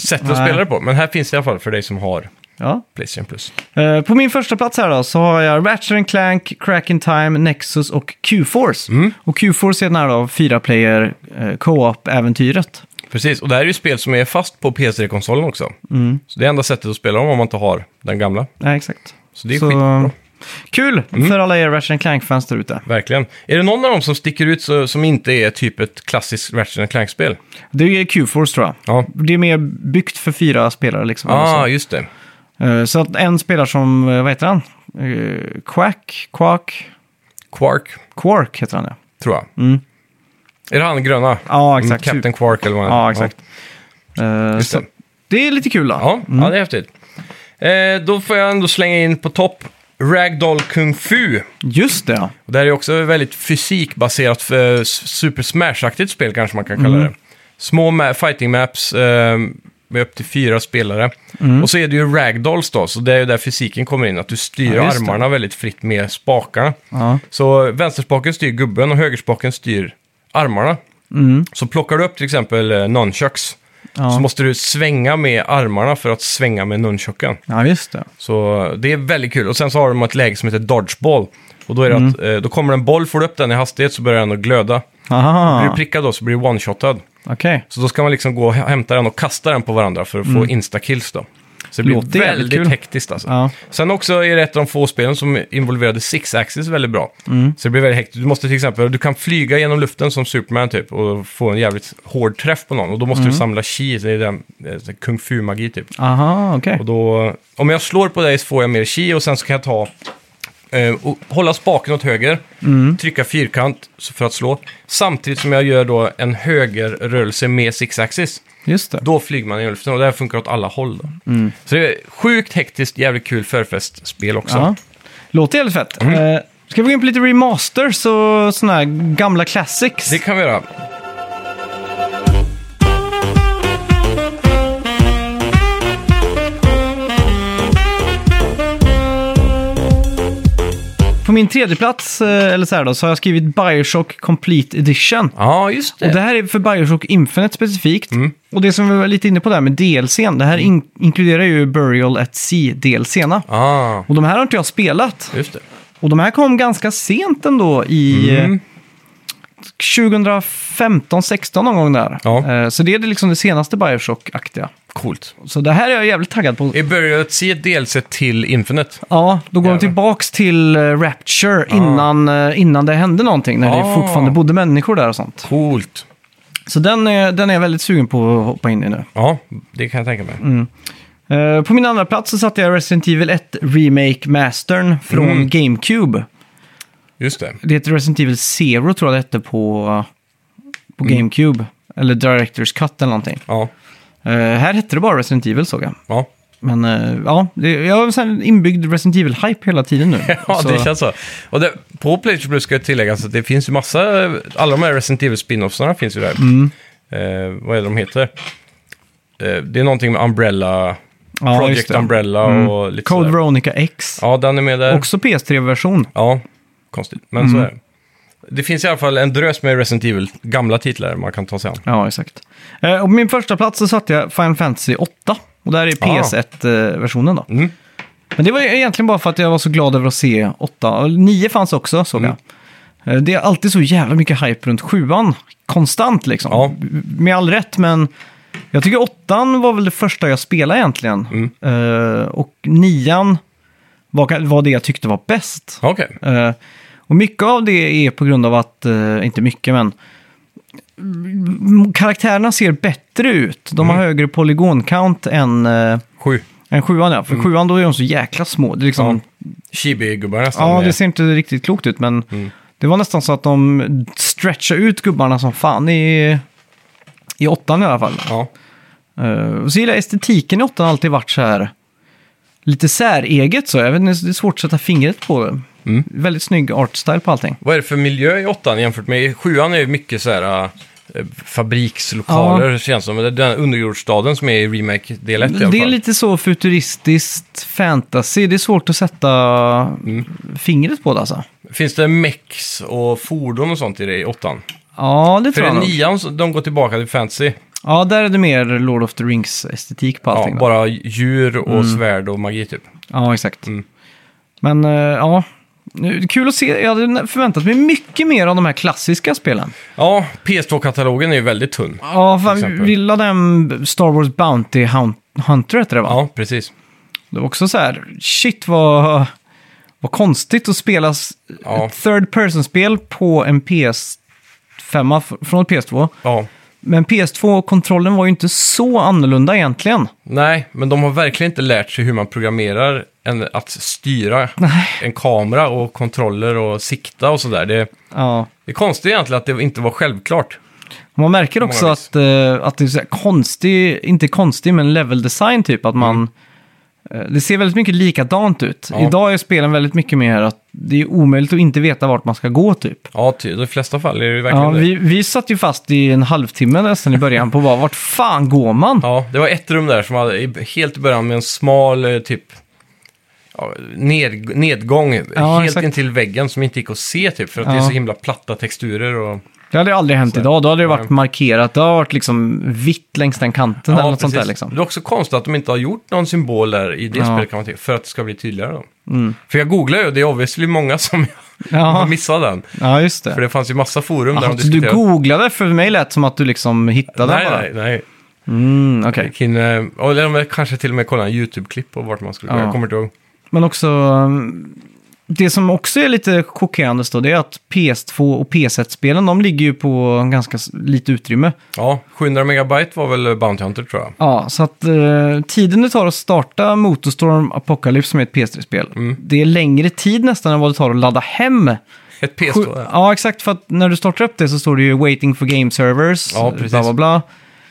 [SPEAKER 2] sättet att
[SPEAKER 1] Nej.
[SPEAKER 2] spela det på. Men här finns det i alla fall för dig som har
[SPEAKER 1] Ja.
[SPEAKER 2] Playstation Plus.
[SPEAKER 1] Eh, på min första plats här då så har jag Ratchet and Clank, Crack in Time, Nexus och Q-Force.
[SPEAKER 2] Mm.
[SPEAKER 1] Och Q-Force är den här då fyra player eh, co-op-äventyret.
[SPEAKER 2] Precis, och det här är ju spel som är fast på PS3-konsolen också.
[SPEAKER 1] Mm.
[SPEAKER 2] Så det är enda sättet att spela dem om man inte har den gamla.
[SPEAKER 1] Ja, exakt.
[SPEAKER 2] Så det är skitbra. Mm.
[SPEAKER 1] Kul för alla er Ratchet and Clank-fans där ute.
[SPEAKER 2] Verkligen. Är det någon av dem som sticker ut så, som inte är typ ett klassiskt Ratchet Clank-spel?
[SPEAKER 1] Det är Q-Force tror jag.
[SPEAKER 2] Ja.
[SPEAKER 1] Det är mer byggt för fyra spelare liksom. eller så.
[SPEAKER 2] Ah, just det.
[SPEAKER 1] Eh, Så att en spelar som, eh, vad heter han? Eh, Quack? Quack?
[SPEAKER 2] Quark,
[SPEAKER 1] Quark heter han ja.
[SPEAKER 2] tror jag. Är det han gröna?
[SPEAKER 1] Mm. Ja, exakt.
[SPEAKER 2] Mm, Captain Quark eller vad han
[SPEAKER 1] Ja, exakt. Eh,
[SPEAKER 2] Just
[SPEAKER 1] så Mm.
[SPEAKER 2] det.
[SPEAKER 1] det. är lite kul då.
[SPEAKER 2] Ja, ja, det är häftigt. Eh, då får jag ändå slänga in på topp Ragdoll Kung Fu.
[SPEAKER 1] Just det, ja. Mm.
[SPEAKER 2] Och det här är också ett väldigt fysikbaserat, eh, Super Smash-aktigt spel kanske man kan kalla det. små ma- fighting maps eh, med upp till fyra spelare.
[SPEAKER 1] Mm.
[SPEAKER 2] Och så är det ju ragdolls då, så det är ju där fysiken kommer in, att du styr
[SPEAKER 1] Ja, just det.
[SPEAKER 2] armarna väldigt fritt med spakarna.
[SPEAKER 1] Ja.
[SPEAKER 2] Så vänsterspaken styr gubben och högerspaken styr armarna.
[SPEAKER 1] Mm.
[SPEAKER 2] Så plockar du upp till exempel eh, nunchucks, så
[SPEAKER 1] Ja.
[SPEAKER 2] måste du svänga med armarna för att svänga med nunchucken.
[SPEAKER 1] ja, just det.
[SPEAKER 2] Så det är väldigt kul. Och sen så har de ett läge som heter dodgeball. Och då är
[SPEAKER 1] Mm.
[SPEAKER 2] det att, eh, då kommer en boll, får du upp den i hastighet så börjar den att glöda. Blir du
[SPEAKER 1] Aha,
[SPEAKER 2] prickad då så blir du one-shotad.
[SPEAKER 1] okej.
[SPEAKER 2] Så då ska man liksom gå och hä- hämta den och kasta den på varandra för att få instakills då. Så det blir
[SPEAKER 1] Mm. Låter jävligt
[SPEAKER 2] väldigt
[SPEAKER 1] kul.
[SPEAKER 2] hektiskt alltså.
[SPEAKER 1] Ja.
[SPEAKER 2] Sen också är det ett av de få spelen som involverade six axis väldigt bra.
[SPEAKER 1] Mm.
[SPEAKER 2] Så det blir väldigt hektiskt. Du måste till exempel, du kan flyga genom luften som Superman typ och få en jävligt hård träff på någon. Och då måste
[SPEAKER 1] Mm.
[SPEAKER 2] du samla chi, det är den, eh, kung fu-magi typ.
[SPEAKER 1] Aha, okej.
[SPEAKER 2] Och då, om jag slår på dig så får jag mer chi och sen så kan jag ta, eh, och hålla spaken åt höger, trycka fyrkant så- för att slå. Samtidigt som jag gör då en högerrörelse med six-axis.
[SPEAKER 1] Just det.
[SPEAKER 2] Då flyger man i luften och det här funkar åt alla håll. Då. Så det är sjukt hektiskt, jävligt kul förfestspel också.
[SPEAKER 1] Ja. Låter jävligt fett.
[SPEAKER 2] Mm.
[SPEAKER 1] Eh, ska vi gå in på lite remasters och sådana här gamla classics?
[SPEAKER 2] Det kan vi göra.
[SPEAKER 1] På min tredje plats eh, eller så här då, så har jag skrivit Bioshock Complete Edition.
[SPEAKER 2] Ja, just det.
[SPEAKER 1] Och det här är för Bioshock Infinite specifikt.
[SPEAKER 2] Mm.
[SPEAKER 1] Och det som vi var lite inne på där med DLCn, det här in- inkluderar ju Burial at Sea DLCna.
[SPEAKER 2] Ah,
[SPEAKER 1] Och de här har inte jag spelat.
[SPEAKER 2] just det.
[SPEAKER 1] Och de här kom ganska sent ändå i
[SPEAKER 2] Mm.
[SPEAKER 1] eh, 2015, 16 någon gång där.
[SPEAKER 2] Ja.
[SPEAKER 1] Eh, Så det är det liksom det senaste Bioshock-aktiga.
[SPEAKER 2] Coolt.
[SPEAKER 1] Så det här är jag jävligt taggad på.
[SPEAKER 2] Är Burial at Sea ett DLC till Infinite?
[SPEAKER 1] Ja, då går de
[SPEAKER 2] Jävlar.
[SPEAKER 1] tillbaks till eh, Rapture innan, eh, innan det hände någonting. När det
[SPEAKER 2] Ah.
[SPEAKER 1] fortfarande bodde människor där och sånt.
[SPEAKER 2] Coolt.
[SPEAKER 1] Så den är, den är jag väldigt sugen på att hoppa in i nu.
[SPEAKER 2] Ja, det kan jag tänka mig.
[SPEAKER 1] Eh, På min andra plats så satte jag Resident Evil 1 Remake-mastern från
[SPEAKER 2] Mm.
[SPEAKER 1] GameCube.
[SPEAKER 2] Just det.
[SPEAKER 1] Det heter Resident Evil Zero tror jag det hette på, på
[SPEAKER 2] Mm.
[SPEAKER 1] GameCube. Eller Directors Cut eller någonting.
[SPEAKER 2] Ja.
[SPEAKER 1] Eh, här hette det bara Resident Evil såg jag.
[SPEAKER 2] ja.
[SPEAKER 1] Men eh, ja, det, jag har en sån här inbyggd Resident Evil-hype hela tiden nu.
[SPEAKER 2] Ja,
[SPEAKER 1] så,
[SPEAKER 2] det känns så. Och det, på Playstation Plus ska jag tillägga att det finns ju massa, alla de här Resident Evil spin-offsarna finns ju där.
[SPEAKER 1] Mm.
[SPEAKER 2] Eh, vad är det de heter? Eh, det är någonting med Umbrella,
[SPEAKER 1] ja, just
[SPEAKER 2] Project
[SPEAKER 1] det. Mm.
[SPEAKER 2] Umbrella och lite
[SPEAKER 1] Code
[SPEAKER 2] sådär.
[SPEAKER 1] Veronica X.
[SPEAKER 2] Ja, den är med där.
[SPEAKER 1] Också Mm. PS3-version.
[SPEAKER 2] Ja, konstigt. Men så är det. Det finns i alla fall en drös med Resident Evil, gamla titlar man kan ta sig an.
[SPEAKER 1] Ja, exakt. Eh, och på min första plats så satte jag Final Fantasy 8. Och där är PS1-versionen eh, då.
[SPEAKER 2] Ah. Mm.
[SPEAKER 1] Men det var ju egentligen bara för att jag var så glad över att se 8. 9 fanns också såg
[SPEAKER 2] Mm.
[SPEAKER 1] jag. Eh, Det är alltid så jävla mycket hype runt 7 Konstant liksom.
[SPEAKER 2] Ja.
[SPEAKER 1] Med all rätt, men jag tycker 8 var väl det första jag spelade
[SPEAKER 2] Mm.
[SPEAKER 1] egentligen. Eh, och 9 var, var det jag tyckte var bäst.
[SPEAKER 2] Okej.
[SPEAKER 1] Eh, och mycket av det är på grund av att, eh, inte mycket men, m- karaktärerna ser bättre ut. De har högre polygon-count än, eh,
[SPEAKER 2] Sju.
[SPEAKER 1] än sjuan. Ja. För sjuan då är de så jäkla små. Det är liksom,
[SPEAKER 2] Chibi-gubbar
[SPEAKER 1] ja.
[SPEAKER 2] nästan. med-
[SPEAKER 1] det Mm. ser inte riktigt klokt ut men det var nästan så att de stretchade ut gubbarna som fan i, i åttan i alla fall.
[SPEAKER 2] ja.
[SPEAKER 1] Eh, och så gillar jag estetiken i åttan alltid varit så här lite säreget så. Jag vet inte, det är svårt att sätta fingret på det.
[SPEAKER 2] Mm.
[SPEAKER 1] Väldigt snygg artstyle på allting.
[SPEAKER 2] Vad är det för miljö i åttan jämfört med i sjuan? är ju mycket så här äh, fabrikslokaler känns som. Det är Den underjordsstaden som är i remake del 1 i alla
[SPEAKER 1] Det är
[SPEAKER 2] fall.
[SPEAKER 1] lite så futuristiskt fantasy. Det är svårt att sätta
[SPEAKER 2] Mm.
[SPEAKER 1] fingret på det alltså.
[SPEAKER 2] Finns det mex och fordon och sånt i det i åttan?
[SPEAKER 1] Ja, det
[SPEAKER 2] För
[SPEAKER 1] tror jag
[SPEAKER 2] i
[SPEAKER 1] nog.
[SPEAKER 2] nian, så- de går tillbaka till fantasy.
[SPEAKER 1] Ja, där är det mer Lord of the Rings-estetik på
[SPEAKER 2] Ja,
[SPEAKER 1] allting. då. Mm.
[SPEAKER 2] bara djur och svärd och magi typ.
[SPEAKER 1] ja exakt.
[SPEAKER 2] Mm.
[SPEAKER 1] Men eh, ja, Nu- kul att se. Jag hade förväntat mig mycket mer av de här klassiska spelen.
[SPEAKER 2] Ja, PS2-katalogen är ju väldigt tunn.
[SPEAKER 1] Ja, fan,
[SPEAKER 2] exempel.
[SPEAKER 1] vi gillade den Star Wars Bounty Hun- Hunter hette det va?
[SPEAKER 2] Ja, precis.
[SPEAKER 1] Det var också så här, shit vad, vad konstigt att spela s-
[SPEAKER 2] Ja.
[SPEAKER 1] ett third person-spel på en PS5 f- från ett PS2.
[SPEAKER 2] Ja.
[SPEAKER 1] Men PS2-kontrollen var ju inte så annorlunda egentligen.
[SPEAKER 2] Nej, men de har verkligen inte lärt sig hur man programmerar en, att styra en kamera och kontroller och sikta och sådär. Det,
[SPEAKER 1] Ja.
[SPEAKER 2] det är konstigt egentligen att det inte var självklart.
[SPEAKER 1] Man märker
[SPEAKER 2] På
[SPEAKER 1] också
[SPEAKER 2] många
[SPEAKER 1] att, eh, att det är så här konstig, inte konstig, men level design typ. Att man Eh, Det ser väldigt mycket likadant ut.
[SPEAKER 2] Mm. Ja.
[SPEAKER 1] Idag är spelen väldigt mycket mer att det är omöjligt att inte veta vart man ska gå typ.
[SPEAKER 2] Ja, ty, i de flesta fall är det ju verkligen
[SPEAKER 1] Ja,
[SPEAKER 2] det.
[SPEAKER 1] vi, vi satt ju fast i en halvtimme nästan i början på bara, vart fan går man?
[SPEAKER 2] Ja, det var ett rum där som hade i- helt i början med en smal eh, typ ja, ned, nedgång eh,
[SPEAKER 1] Ja,
[SPEAKER 2] helt
[SPEAKER 1] exakt.
[SPEAKER 2] intill väggen som inte gick att se typ för att det är
[SPEAKER 1] Ja.
[SPEAKER 2] så himla platta texturer och...
[SPEAKER 1] Det hade ju aldrig hänt idag. Då hade det varit
[SPEAKER 2] Nej.
[SPEAKER 1] markerat. Det har varit liksom vitt längs den kanten eller något sånt där liksom.
[SPEAKER 2] Det är också konstigt att de inte har gjort någon symbol där i det
[SPEAKER 1] Ja. Mm.
[SPEAKER 2] spelet kan man tycka, för att det ska bli tydligare då. För jag googlade ju och det är obviously många som har
[SPEAKER 1] Ja,
[SPEAKER 2] missat den.
[SPEAKER 1] ja just
[SPEAKER 2] För
[SPEAKER 1] det.
[SPEAKER 2] det fanns ju massa forum där
[SPEAKER 1] Aha,
[SPEAKER 2] de
[SPEAKER 1] så du
[SPEAKER 2] diskuterade.
[SPEAKER 1] googlade? För mig lät som att du liksom hittade
[SPEAKER 2] nej,
[SPEAKER 1] bara.
[SPEAKER 2] nej, nej.
[SPEAKER 1] Mm, okej.
[SPEAKER 2] Kin, eh, eller de kanske till och med kollade en YouTube-klipp och vart man skulle gå.
[SPEAKER 1] Ja.
[SPEAKER 2] Jag kommer inte ihåg.
[SPEAKER 1] Men också... um, Det som också är lite chockerande då, det är att PS2 och PS1-spelen, de ligger ju på ganska s- lite utrymme.
[SPEAKER 2] Ja, 700 megabyte var väl Bounty Hunter tror jag.
[SPEAKER 1] Ja, så att eh, tiden det tar att starta Motorstorm Apocalypse som är ett PS3-spel,
[SPEAKER 2] Mm.
[SPEAKER 1] det är längre tid nästan än vad det tar att ladda hem
[SPEAKER 2] Ett PS2.
[SPEAKER 1] Sju- Ja, exakt. För att när du startar upp det så står det ju waiting for game servers,
[SPEAKER 2] Ja, precis.
[SPEAKER 1] bla bla bla.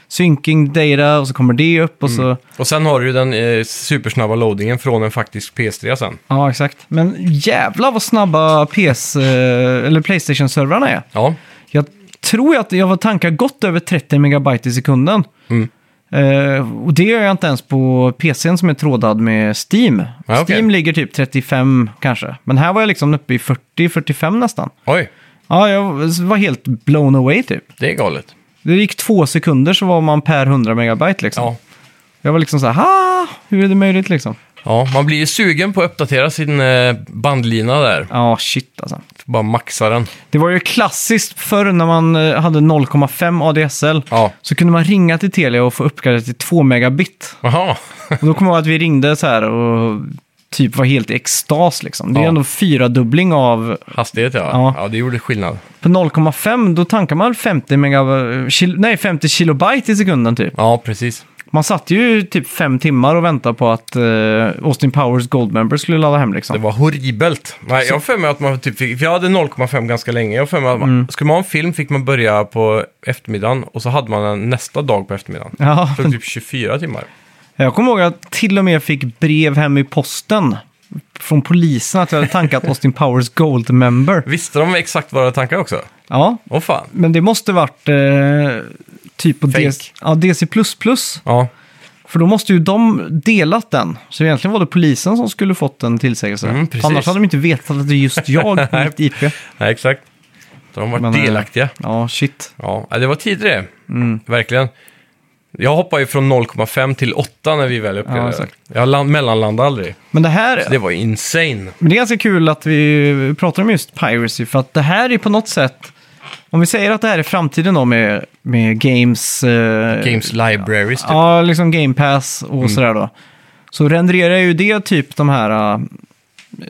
[SPEAKER 1] Syncing data och så kommer det upp och så...
[SPEAKER 2] Och sen har du ju den eh, supersnabba loadingen från en faktisk PS3 sen.
[SPEAKER 1] Ja, exakt. Men jävla vad snabba PS, eh, eller Playstation-servrarna är.
[SPEAKER 2] Ja,
[SPEAKER 1] Jag tror ju att jag var tankar gott över 30 megabyte i sekunden.
[SPEAKER 2] Mm.
[SPEAKER 1] Eh, och det gör jag inte ens på PCn som är trådad med Steam.
[SPEAKER 2] Ja, okej.
[SPEAKER 1] Steam ligger typ 35 kanske. Men här var jag liksom uppe i 40-45 nästan.
[SPEAKER 2] oj,
[SPEAKER 1] Ja, jag var helt blown away typ.
[SPEAKER 2] det är galet.
[SPEAKER 1] Det gick två sekunder så var man per 100 megabyte liksom.
[SPEAKER 2] Ja.
[SPEAKER 1] Jag var liksom så här, ha, hur är det möjligt liksom?
[SPEAKER 2] ja, man blir ju sugen på att uppdatera sin eh, bandlina där.
[SPEAKER 1] Ja, shit alltså.
[SPEAKER 2] Bara maxa den.
[SPEAKER 1] Det var ju klassiskt förr när man eh, hade 0,5 ADSL.
[SPEAKER 2] Ja,
[SPEAKER 1] Så kunde man ringa till Telia och få uppgraderat till 2 megabit.
[SPEAKER 2] jaha.
[SPEAKER 1] Och då kommer jag ihåg att vi ringde så här och typ var helt i extas liksom. Det är
[SPEAKER 2] Ja.
[SPEAKER 1] ändå fyra dubbling av...
[SPEAKER 2] Hastighet ja. ja.
[SPEAKER 1] Ja.
[SPEAKER 2] det gjorde skillnad.
[SPEAKER 1] På 0,5 då tankar man 50, megab- kil- nej, 50 kilobyte i sekunden typ.
[SPEAKER 2] Ja, precis.
[SPEAKER 1] Man satt ju typ fem timmar och väntade på att eh, Austin Powers Goldmember skulle ladda hem liksom.
[SPEAKER 2] Det var horribelt. Nej, jag har för mig att man typ fick, för jag hade 0,5 ganska länge. Jag har för mig att man,
[SPEAKER 1] Mm.
[SPEAKER 2] skulle man ha en film fick man börja på eftermiddagen och så hade man den nästa dag på eftermiddagen.
[SPEAKER 1] Ja,
[SPEAKER 2] Det tog typ 24 timmar.
[SPEAKER 1] jag kommer ihåg att jag till och med fick brev hem i posten från polisen att jag hade tankat Austin Powers Gold Member.
[SPEAKER 2] Visste de exakt vad jag tankade också?
[SPEAKER 1] Ja,
[SPEAKER 2] Åh fan.
[SPEAKER 1] men det måste varit eh, typ på
[SPEAKER 2] Fake.
[SPEAKER 1] DC, ja, DC++.
[SPEAKER 2] Ja,
[SPEAKER 1] För då måste ju de delat den. Så egentligen var det polisen som skulle fått en tillsägelse.
[SPEAKER 2] Mm,
[SPEAKER 1] För
[SPEAKER 2] precis.
[SPEAKER 1] Annars hade de inte vetat att det är just jag på mitt IP.
[SPEAKER 2] nej, exakt. De har varit
[SPEAKER 1] Men, eh, Mm.
[SPEAKER 2] delaktiga.
[SPEAKER 1] Ja, shit.
[SPEAKER 2] Ja, det var tidigare. Verkligen. Jag hoppade ju från 0,5 till 8 när vi väl
[SPEAKER 1] Ja,
[SPEAKER 2] uppgraderade.
[SPEAKER 1] exakt.
[SPEAKER 2] jag land, mellanlandade aldrig.
[SPEAKER 1] Men det här...
[SPEAKER 2] Det var insane.
[SPEAKER 1] Men det är ganska kul att vi pratar om just piracy, för att det här är på något sätt... Om vi säger att det här är framtiden då med, med games... Eh,
[SPEAKER 2] Games libraries typ. Mm.
[SPEAKER 1] Ja, liksom game pass och sådär då. Så renderar ju det typ de här... eh,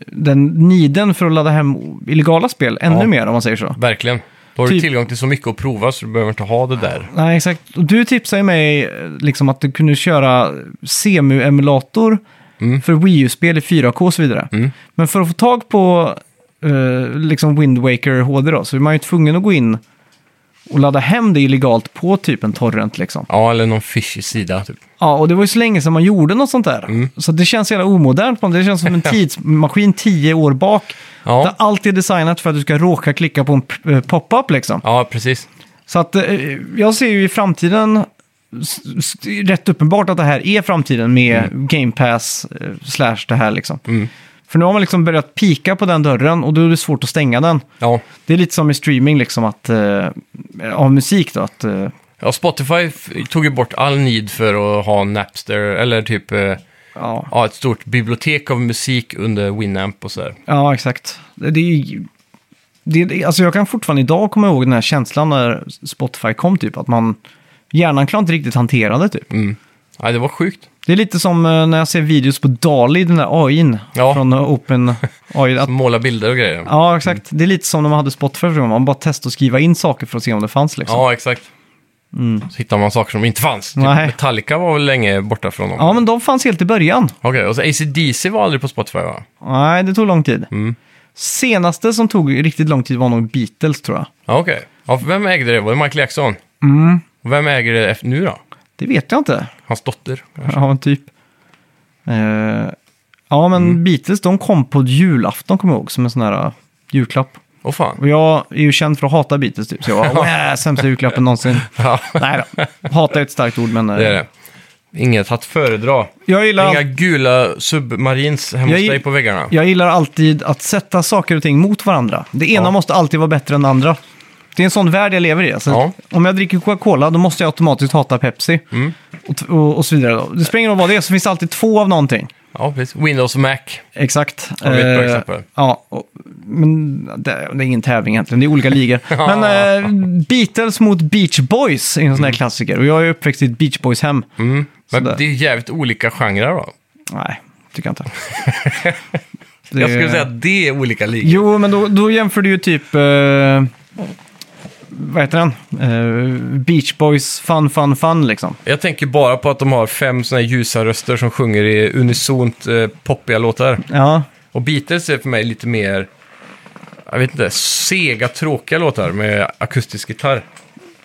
[SPEAKER 1] Den niden för att ladda hem illegala spel ännu
[SPEAKER 2] Ja.
[SPEAKER 1] mer om man säger så.
[SPEAKER 2] Verkligen. Då har du
[SPEAKER 1] Typ-
[SPEAKER 2] tillgång till så mycket att prova så du behöver inte ha det där.
[SPEAKER 1] Nej, exakt. Och du tipsade ju mig eh, liksom att du kunde köra CMU-emulator för Wii U-spel i 4K och så vidare. Men för att få tag på eh, liksom Wind Waker HD då, så är man ju tvungen att gå in och ladda hem det illegalt på typ en torrent liksom.
[SPEAKER 2] Ja, eller någon fishy sida typ.
[SPEAKER 1] Ja, och det var ju så länge sedan man gjorde något sånt där. Så det känns jävla omodernt. man. Det känns som en tidsmaskin tio år bak.
[SPEAKER 2] Ja.
[SPEAKER 1] Där allt är designat för att du ska råka klicka på en p- eh, pop-up liksom.
[SPEAKER 2] Ja, precis.
[SPEAKER 1] Så att eh, jag ser ju i framtiden s- s- det är rätt uppenbart att det här är framtiden med Game Pass eh, slash det här liksom. För nu har man liksom börjat pika på den dörren och då är det svårt att stänga den.
[SPEAKER 2] Ja.
[SPEAKER 1] Det är lite som i streaming liksom att, eh, av musik då, att eh,
[SPEAKER 2] ja, Spotify f- tog ju bort all need för att ha Napster eller typ eh,
[SPEAKER 1] ja,
[SPEAKER 2] ja, ett stort bibliotek av musik under Winamp och sådär.
[SPEAKER 1] ja exakt. Det, det är ju- det, det, alltså jag kan fortfarande idag komma ihåg den här känslan när Spotify kom typ, att man hjärnan klarar inte riktigt hantera det typ.
[SPEAKER 2] Ja, det var sjukt.
[SPEAKER 1] Det är lite som eh, när jag ser videos på Dali, den där AIn
[SPEAKER 2] Ja.
[SPEAKER 1] från eh, Open AI. Att,
[SPEAKER 2] Måla bilder och grejer. Ja,
[SPEAKER 1] ja, exakt. Det är lite som när man hade Spotify första gången. Man bara testade att skriva in saker för att se om det fanns. Liksom. Ja.
[SPEAKER 2] exakt. Så hittar man saker som inte fanns. Typ
[SPEAKER 1] Mm. Nej.
[SPEAKER 2] Metallica var väl länge borta från dem.
[SPEAKER 1] men de fanns helt i början.
[SPEAKER 2] Okej, och så AC/DC var aldrig på Spotify va?
[SPEAKER 1] Nej, det tog lång tid. Senaste som tog riktigt lång tid var nog Beatles, tror jag.
[SPEAKER 2] Ja, okej. Ja, för vem ägde det? Var det Michael Jackson? Och Vem äger det ef- nu då?
[SPEAKER 1] Det vet jag inte.
[SPEAKER 2] Hans dotter?
[SPEAKER 1] Ja, men typ. Eh, ja, men Beatles de kom på julafton, kommer jag ihåg, som en sån här eh, julklapp.
[SPEAKER 2] Åh fan.
[SPEAKER 1] Och jag är ju känd för att hata Beatles, typ. Så jag bara, "Wow, sämsta julklappen någonsin.
[SPEAKER 2] Ja,
[SPEAKER 1] Nej då, hata är ett starkt ord, men eh,
[SPEAKER 2] det är det. Inget att föredra.
[SPEAKER 1] jag gillar...
[SPEAKER 2] Inga gula submarins hemma
[SPEAKER 1] Jag
[SPEAKER 2] hos
[SPEAKER 1] gill-
[SPEAKER 2] dig på väggarna.
[SPEAKER 1] Jag gillar alltid att sätta saker och ting mot varandra. Det ena
[SPEAKER 2] Ja.
[SPEAKER 1] måste alltid vara bättre än det andra. Det är en sån värld jag lever i. Alltså,
[SPEAKER 2] Ja.
[SPEAKER 1] Om jag dricker Coca-Cola då måste jag automatiskt hata Pepsi.
[SPEAKER 2] Mm.
[SPEAKER 1] Och, t- och, och så vidare. Då. Det spelar ingen roll vad det är, så finns det alltid två av någonting.
[SPEAKER 2] Ja, precis. Windows och Mac.
[SPEAKER 1] Exakt. Eh,
[SPEAKER 2] Ja, det är ett bra exempel.
[SPEAKER 1] ja, och, men det, det är ingen tävling egentligen, det är olika ligor. Men eh, Beatles mot Beach Boys är en sån där klassiker. Och jag är uppväxt i ett Beach Boys-hem.
[SPEAKER 2] Mm. Men
[SPEAKER 1] Sådär.
[SPEAKER 2] det är jävligt olika genrer då.
[SPEAKER 1] Nej, tycker jag inte.
[SPEAKER 2] Jag
[SPEAKER 1] Det-
[SPEAKER 2] skulle säga att det är olika ligor.
[SPEAKER 1] Jo, men då, då jämför du ju typ... Eh, vad heter den? Eh, Beach Boys Fun Fun Fun liksom.
[SPEAKER 2] Jag tänker bara på att de har fem såna här ljusa röster som sjunger i unisont eh, poppiga låtar.
[SPEAKER 1] Ja,
[SPEAKER 2] Och Beatles är för mig lite mer, jag vet inte, sega tråkiga låtar med akustisk gitarr.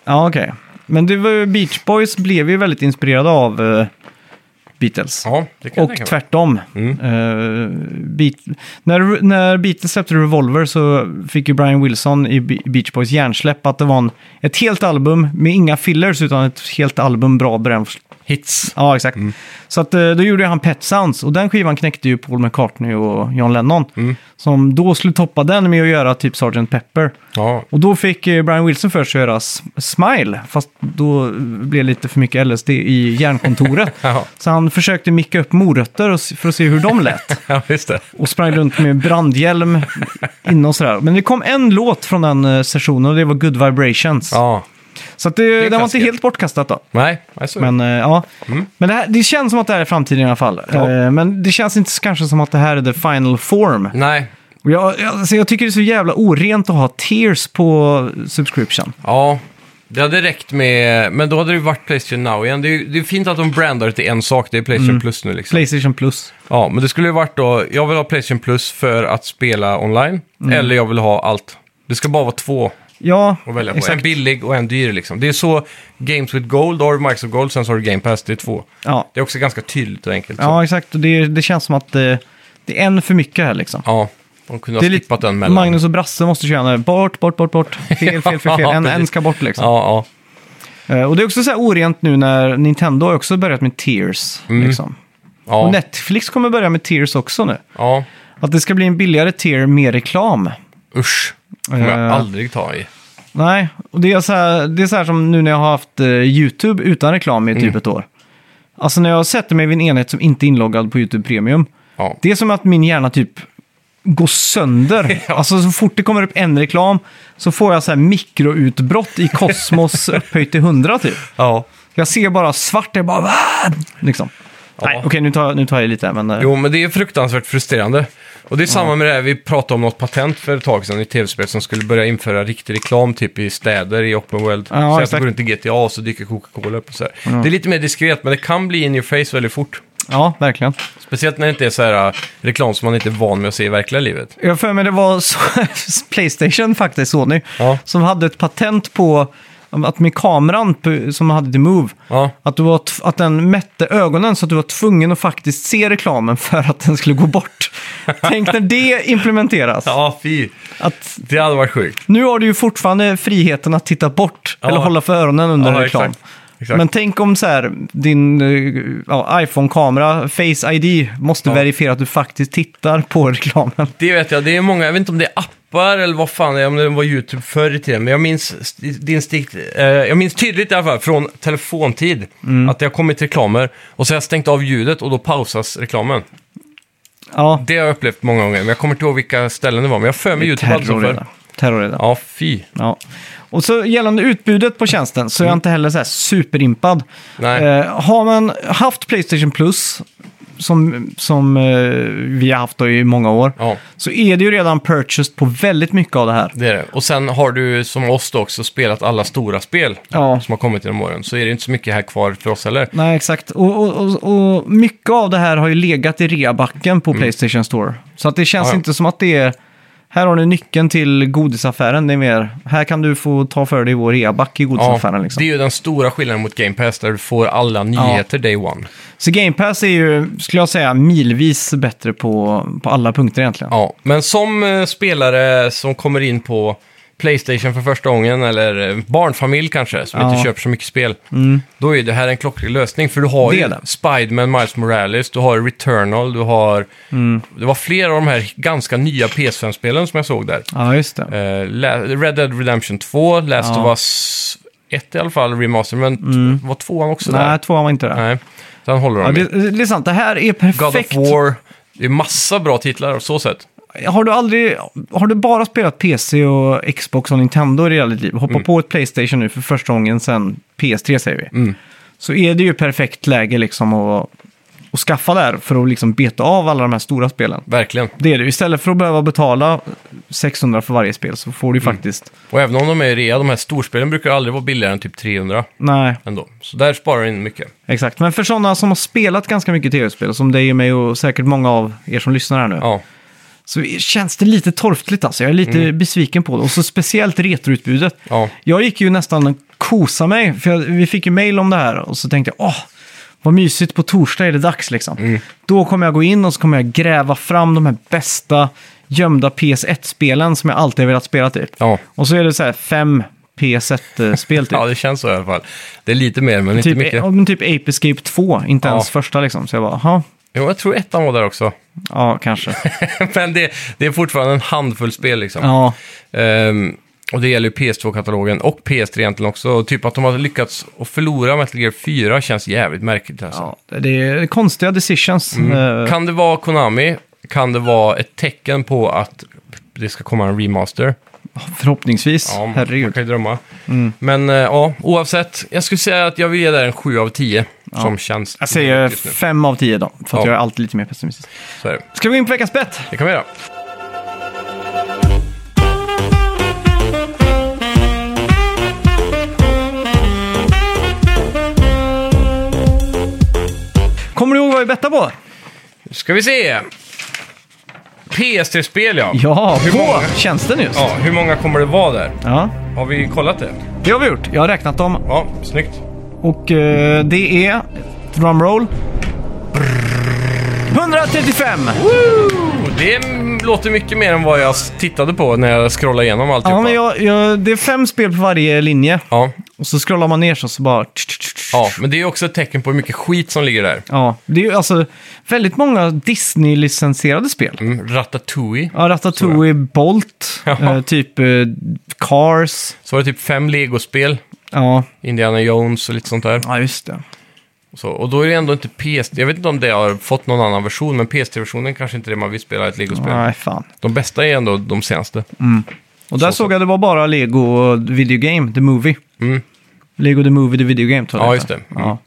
[SPEAKER 1] ja okej. Men det var, ju- Beach Boys blev ju väldigt inspirerade av eh, Beatles.
[SPEAKER 2] Ja, det kan
[SPEAKER 1] Och
[SPEAKER 2] jag tänka mig. Mm.
[SPEAKER 1] tvärtom. Eh, Beat- när, när Beatles släppte Revolver så fick ju Brian Wilson i Be- Beach Boys hjärnsläpp att det var en, ett helt album med inga fillers utan ett helt album bra bräns-
[SPEAKER 2] Hits.
[SPEAKER 1] Ja, exakt.
[SPEAKER 2] Mm.
[SPEAKER 1] Så att, eh, då gjorde han Pet Sounds och den skivan knäckte ju Paul McCartney och John Lennon.
[SPEAKER 2] Mm.
[SPEAKER 1] Som då skulle toppa den med att göra typ Sgt. Pepper.
[SPEAKER 2] Ja,
[SPEAKER 1] Och då fick eh, Brian Wilson för sig att göra S- Smile, fast då eh, blev det lite för mycket LSD i järnkontoret.
[SPEAKER 2] ja,
[SPEAKER 1] Så han försökte micka upp morötter och s- för att se hur de lät.
[SPEAKER 2] ja just det.
[SPEAKER 1] Och sprang runt med brandhjälm inne och sådär. Men det kom en låt från den eh, sessionen och det var Good Vibrations.
[SPEAKER 2] Ja.
[SPEAKER 1] Så att det, den var inte
[SPEAKER 2] klassiker.
[SPEAKER 1] helt bortkastat då.
[SPEAKER 2] Nej, alltså- nej så
[SPEAKER 1] Men eh, ja, men det, här, det känns som att det här är framtiden i alla fall.
[SPEAKER 2] Mm. Ja.
[SPEAKER 1] Eh, men det känns inte så- kanske som att det här är the final form.
[SPEAKER 2] Nej,
[SPEAKER 1] Och Jag, jag, alltså, jag tycker det är så jävla orent att ha tears på subscription.
[SPEAKER 2] ja. Det hade räckt med, men då hade det ju varit Playstation Now igen. Det är, ju- det är fint att de brandar det till en sak, det är Playstation
[SPEAKER 1] Mm.
[SPEAKER 2] Plus nu liksom.
[SPEAKER 1] Playstation Plus.
[SPEAKER 2] Ja, men det skulle ju varit då, jag vill ha Playstation Plus för att spela online,
[SPEAKER 1] Mm.
[SPEAKER 2] eller jag vill ha allt. Det ska bara vara två
[SPEAKER 1] Ja,
[SPEAKER 2] att välja på. En
[SPEAKER 1] exakt.
[SPEAKER 2] billig och en dyr liksom. Det är så Games with Gold, då har du Microsoft Gold, sen så har du Game Pass, det är två.
[SPEAKER 1] Ja,
[SPEAKER 2] Det är också ganska tydligt och enkelt. så.
[SPEAKER 1] ja exakt. Och Det, det känns som att det, det är en för mycket här liksom.
[SPEAKER 2] ja de kunde
[SPEAKER 1] Det är
[SPEAKER 2] ha
[SPEAKER 1] lite-
[SPEAKER 2] skippat den mellan.
[SPEAKER 1] Magnus och Brasse måste köra en bort, bort, bort, bort. Fel, fel, fel, fel. En,
[SPEAKER 2] Ja,
[SPEAKER 1] en ska bort liksom.
[SPEAKER 2] Ja,
[SPEAKER 1] Eh, Och det är också så här orent nu när Nintendo har också börjat med tears. Liksom.
[SPEAKER 2] Mm. ja.
[SPEAKER 1] Och
[SPEAKER 2] Ja,
[SPEAKER 1] Netflix kommer börja med tears också nu.
[SPEAKER 2] ja.
[SPEAKER 1] Att det ska bli en billigare tier med reklam.
[SPEAKER 2] Usch. kommer jag
[SPEAKER 1] Eh.
[SPEAKER 2] aldrig ta i.
[SPEAKER 1] Nej, och det är så här, det är så här som nu när jag har haft eh, YouTube utan reklam i typ
[SPEAKER 2] Mm.
[SPEAKER 1] ett år. Alltså när jag sätter mig vid en enhet som inte är inloggad på YouTube Premium.
[SPEAKER 2] Ja.
[SPEAKER 1] Det är som att min hjärna typ går sönder. Alltså så fort det kommer upp en reklam så får jag så här mikroutbrott i kosmos upphöjt till 100 typ.
[SPEAKER 2] ja.
[SPEAKER 1] Jag ser bara svart, jag bara va? Liksom. Nej, okej nu tar, jag- nu tar jag i lite här, men... eh,
[SPEAKER 2] Jo, men det är fruktansvärt frustrerande. Och det är samma med det här, vi pratade om något patent för ett tag sedan i tv-spel som skulle börja införa riktig reklam typ i städer i open world.
[SPEAKER 1] Ja,
[SPEAKER 2] så att du
[SPEAKER 1] exakt.
[SPEAKER 2] går runt i GTA och så dyker Coca-Cola upp och så här. Det är lite mer diskret, men det kan bli in your face väldigt fort.
[SPEAKER 1] Ja, verkligen.
[SPEAKER 2] Speciellt när det inte är så här äh, reklam som man inte är van med att se i verkliga livet.
[SPEAKER 1] Jag har för mig det var så, Playstation faktiskt, Sony,
[SPEAKER 2] Ja.
[SPEAKER 1] som hade ett patent på um, att med kameran på, som man hade till Move,
[SPEAKER 2] Ja.
[SPEAKER 1] att, du var, tv- att den mätte ögonen så att du var tvungen att faktiskt se reklamen för att den skulle gå bort. Tänk när det implementeras.
[SPEAKER 2] Ja, fy.
[SPEAKER 1] Att,
[SPEAKER 2] Det hade varit sjukt.
[SPEAKER 1] nu har du ju fortfarande friheten att titta bort eller hålla för öronen under
[SPEAKER 2] Ja,
[SPEAKER 1] reklam.
[SPEAKER 2] exakt. Exakt.
[SPEAKER 1] Men tänk om så här, din eh, ja, iPhone-kamera, Face ID, måste verifiera att du faktiskt tittar på reklamen.
[SPEAKER 2] Det vet jag, det är många, jag vet inte om det är appar eller vad fan det är, om det var YouTube förr i tiden. Men jag minns, st- din stick, eh, jag minns tydligt i alla fall från telefontid
[SPEAKER 1] Mm.
[SPEAKER 2] att det har kommit reklamer och så har jag stängt av ljudet och då pausas reklamen.
[SPEAKER 1] Ja,
[SPEAKER 2] Det har jag upplevt många gånger, men jag kommer inte ihåg vilka ställen det var. Men jag har för mig YouTube alltså
[SPEAKER 1] Terror är
[SPEAKER 2] för.
[SPEAKER 1] det. Terror är det. Ja.
[SPEAKER 2] Ja, fy.
[SPEAKER 1] Och så gällande utbudet på tjänsten så är jag inte heller så här superimpad.
[SPEAKER 2] Mm. Nej.
[SPEAKER 1] Eh, har man haft Playstation Plus, som, som eh, vi har haft då i många år,
[SPEAKER 2] Ja, Mm.
[SPEAKER 1] så är det ju redan purchased på väldigt mycket av det här.
[SPEAKER 2] det är det. Och sen har du som oss då också spelat alla stora spel
[SPEAKER 1] Ja.
[SPEAKER 2] som har kommit genom åren. Så är det ju inte så mycket här kvar för oss heller.
[SPEAKER 1] Nej, exakt. Och, och, och, och mycket av det här har ju legat i reabacken på Playstation Store. Så att det känns
[SPEAKER 2] Mm. Ja, ja.
[SPEAKER 1] inte som att det är här har ni nyckeln till godisaffären. Det är mer, här kan du få ta för dig vår reaback i godisaffären. liksom.
[SPEAKER 2] Det är ju den stora skillnaden mot Game Pass där du får alla nyheter day one.
[SPEAKER 1] Så Game Pass är ju, skulle jag säga, milvis bättre på, på alla punkter egentligen.
[SPEAKER 2] Ja, men som eh, spelare som kommer in på Playstation för första gången, eller eh, barnfamilj kanske, som
[SPEAKER 1] Ja. Mm.
[SPEAKER 2] inte köper så mycket spel. Då är det här en klockrig lösning, för du har
[SPEAKER 1] Det
[SPEAKER 2] ju
[SPEAKER 1] är det.
[SPEAKER 2] Spiderman, Miles Morales, du har Returnal, du har...
[SPEAKER 1] Mm.
[SPEAKER 2] Det var flera av de här ganska nya PS5-spelen som jag såg där.
[SPEAKER 1] Ja, just det.
[SPEAKER 2] Eh, La- Red Dead Redemption 2, Last
[SPEAKER 1] Ja. Mm.
[SPEAKER 2] of Us 1 i alla fall, remaster, men t- var tvåan också
[SPEAKER 1] Nej,
[SPEAKER 2] där?
[SPEAKER 1] tvåan var inte det.
[SPEAKER 2] Nej, den håller de
[SPEAKER 1] Ja,
[SPEAKER 2] i.
[SPEAKER 1] det, det är sant, det här är
[SPEAKER 2] God
[SPEAKER 1] perfekt.
[SPEAKER 2] of War, det är massa bra titlar av så sätt.
[SPEAKER 1] Har du aldrig, har du bara spelat PC och Xbox och Nintendo i hela ditt liv,
[SPEAKER 2] Mm.
[SPEAKER 1] hoppa på ett Playstation nu för första gången sedan PS3 säger vi,
[SPEAKER 2] Mm.
[SPEAKER 1] så är det ju perfekt läge liksom att, att skaffa där för att liksom beta av alla de här stora spelen.
[SPEAKER 2] Verkligen.
[SPEAKER 1] Det är det. Istället för att behöva betala 600 för varje spel så får du ju
[SPEAKER 2] Mm.
[SPEAKER 1] faktiskt...
[SPEAKER 2] Och även om de är i rea, de här storspelen brukar aldrig vara billigare än typ 300
[SPEAKER 1] Nej,
[SPEAKER 2] ändå. Så där sparar du in mycket.
[SPEAKER 1] Exakt, men för sådana som har spelat ganska mycket tv-spel, som dig och mig och säkert många av er som lyssnar här nu,
[SPEAKER 2] Ja,
[SPEAKER 1] så känns det lite torftigt alltså. Jag är lite besviken på det. Och så speciellt retroutbudet.
[SPEAKER 2] Mm. ja.
[SPEAKER 1] Jag gick ju nästan och kosa mig, för jag, vi fick ju mail om det här och så tänkte jag, åh, vad mysigt, på torsdag är det dags liksom.
[SPEAKER 2] Mm.
[SPEAKER 1] Då kommer jag gå in och så kommer jag gräva fram de här bästa gömda PS1-spelen som jag alltid har velat spela typ.
[SPEAKER 2] Ja.
[SPEAKER 1] Och så är det så här fem PS1-spel typ.
[SPEAKER 2] ja, det känns så i alla fall. Det är lite mer, men inte
[SPEAKER 1] Typ,
[SPEAKER 2] mycket.
[SPEAKER 1] ja, men typ Ape Escape 2, inte
[SPEAKER 2] Ja.
[SPEAKER 1] ens första liksom. Så jag bara, jaha,
[SPEAKER 2] Jo, jag tror ettan var där också.
[SPEAKER 1] ja kanske.
[SPEAKER 2] men det, det är fortfarande en handfull spel liksom.
[SPEAKER 1] Ja,
[SPEAKER 2] Ehm, och det gäller ju PS2-katalogen och PS3 egentligen också. Och typ att de har lyckats att förlora Metal Gear 4 känns jävligt märkligt alltså.
[SPEAKER 1] ja det är konstiga decisions.
[SPEAKER 2] Mm.
[SPEAKER 1] eh,
[SPEAKER 2] Kan det vara Konami? Kan det vara ett tecken på att det ska komma en remaster?
[SPEAKER 1] Förhoppningsvis,
[SPEAKER 2] Ja, man
[SPEAKER 1] herregud. Mm.
[SPEAKER 2] kan ju drömma. Men eh, ja, oavsett. Jag skulle säga att jag vill ge där en 7 av 10 som känns.
[SPEAKER 1] Jag säger
[SPEAKER 2] just nu.
[SPEAKER 1] fem av tio då, för att
[SPEAKER 2] Ja.
[SPEAKER 1] jag är alltid lite mer pessimistisk.
[SPEAKER 2] Så är det.
[SPEAKER 1] Ska vi gå in på veckans bett?
[SPEAKER 2] det kan vi göra.
[SPEAKER 1] Kommer du ihåg vad vi bettade på?
[SPEAKER 2] Ska vi se. PS3-spel ja.
[SPEAKER 1] Ja,
[SPEAKER 2] Hur
[SPEAKER 1] på
[SPEAKER 2] många?
[SPEAKER 1] tjänsten just.
[SPEAKER 2] ja. Hur många kommer det vara där?
[SPEAKER 1] Ja,
[SPEAKER 2] Har vi kollat det?
[SPEAKER 1] det har vi gjort. Jag har räknat dem.
[SPEAKER 2] Ja, snyggt.
[SPEAKER 1] Och eh, det är, drumroll, 135!
[SPEAKER 2] Och Det m- låter mycket mer än vad jag s- tittade på när jag scrollade igenom alltihopa.
[SPEAKER 1] Ja, men jag, jag, det är fem spel på varje linje.
[SPEAKER 2] ja.
[SPEAKER 1] Och så scrollar man ner så, så bara...
[SPEAKER 2] ja, men det är också ett tecken på hur mycket skit som ligger där.
[SPEAKER 1] Ja, det är ju alltså väldigt många Disney-licensierade spel.
[SPEAKER 2] Mm, Ratatouille.
[SPEAKER 1] Ja, Ratatouille, Bolt,
[SPEAKER 2] Ja.
[SPEAKER 1] eh, typ eh, Cars.
[SPEAKER 2] Så var det typ fem legospel.
[SPEAKER 1] Ja,
[SPEAKER 2] Indiana Jones och lite sånt där.
[SPEAKER 1] ja just det.
[SPEAKER 2] Så, och då är det ändå inte PS... Jag vet inte om det har fått någon annan version, men PS3-versionen kanske inte är det man vill spela i ett legospel.
[SPEAKER 1] Nej, fan.
[SPEAKER 2] De bästa är ändå de senaste.
[SPEAKER 1] Och där
[SPEAKER 2] Så-
[SPEAKER 1] såg jag det var bara Lego Video Game, The Movie.
[SPEAKER 2] Mm.
[SPEAKER 1] Lego The Movie, The Video Game tror jag
[SPEAKER 2] Ja,
[SPEAKER 1] heter.
[SPEAKER 2] just det. Mm.
[SPEAKER 1] Ja.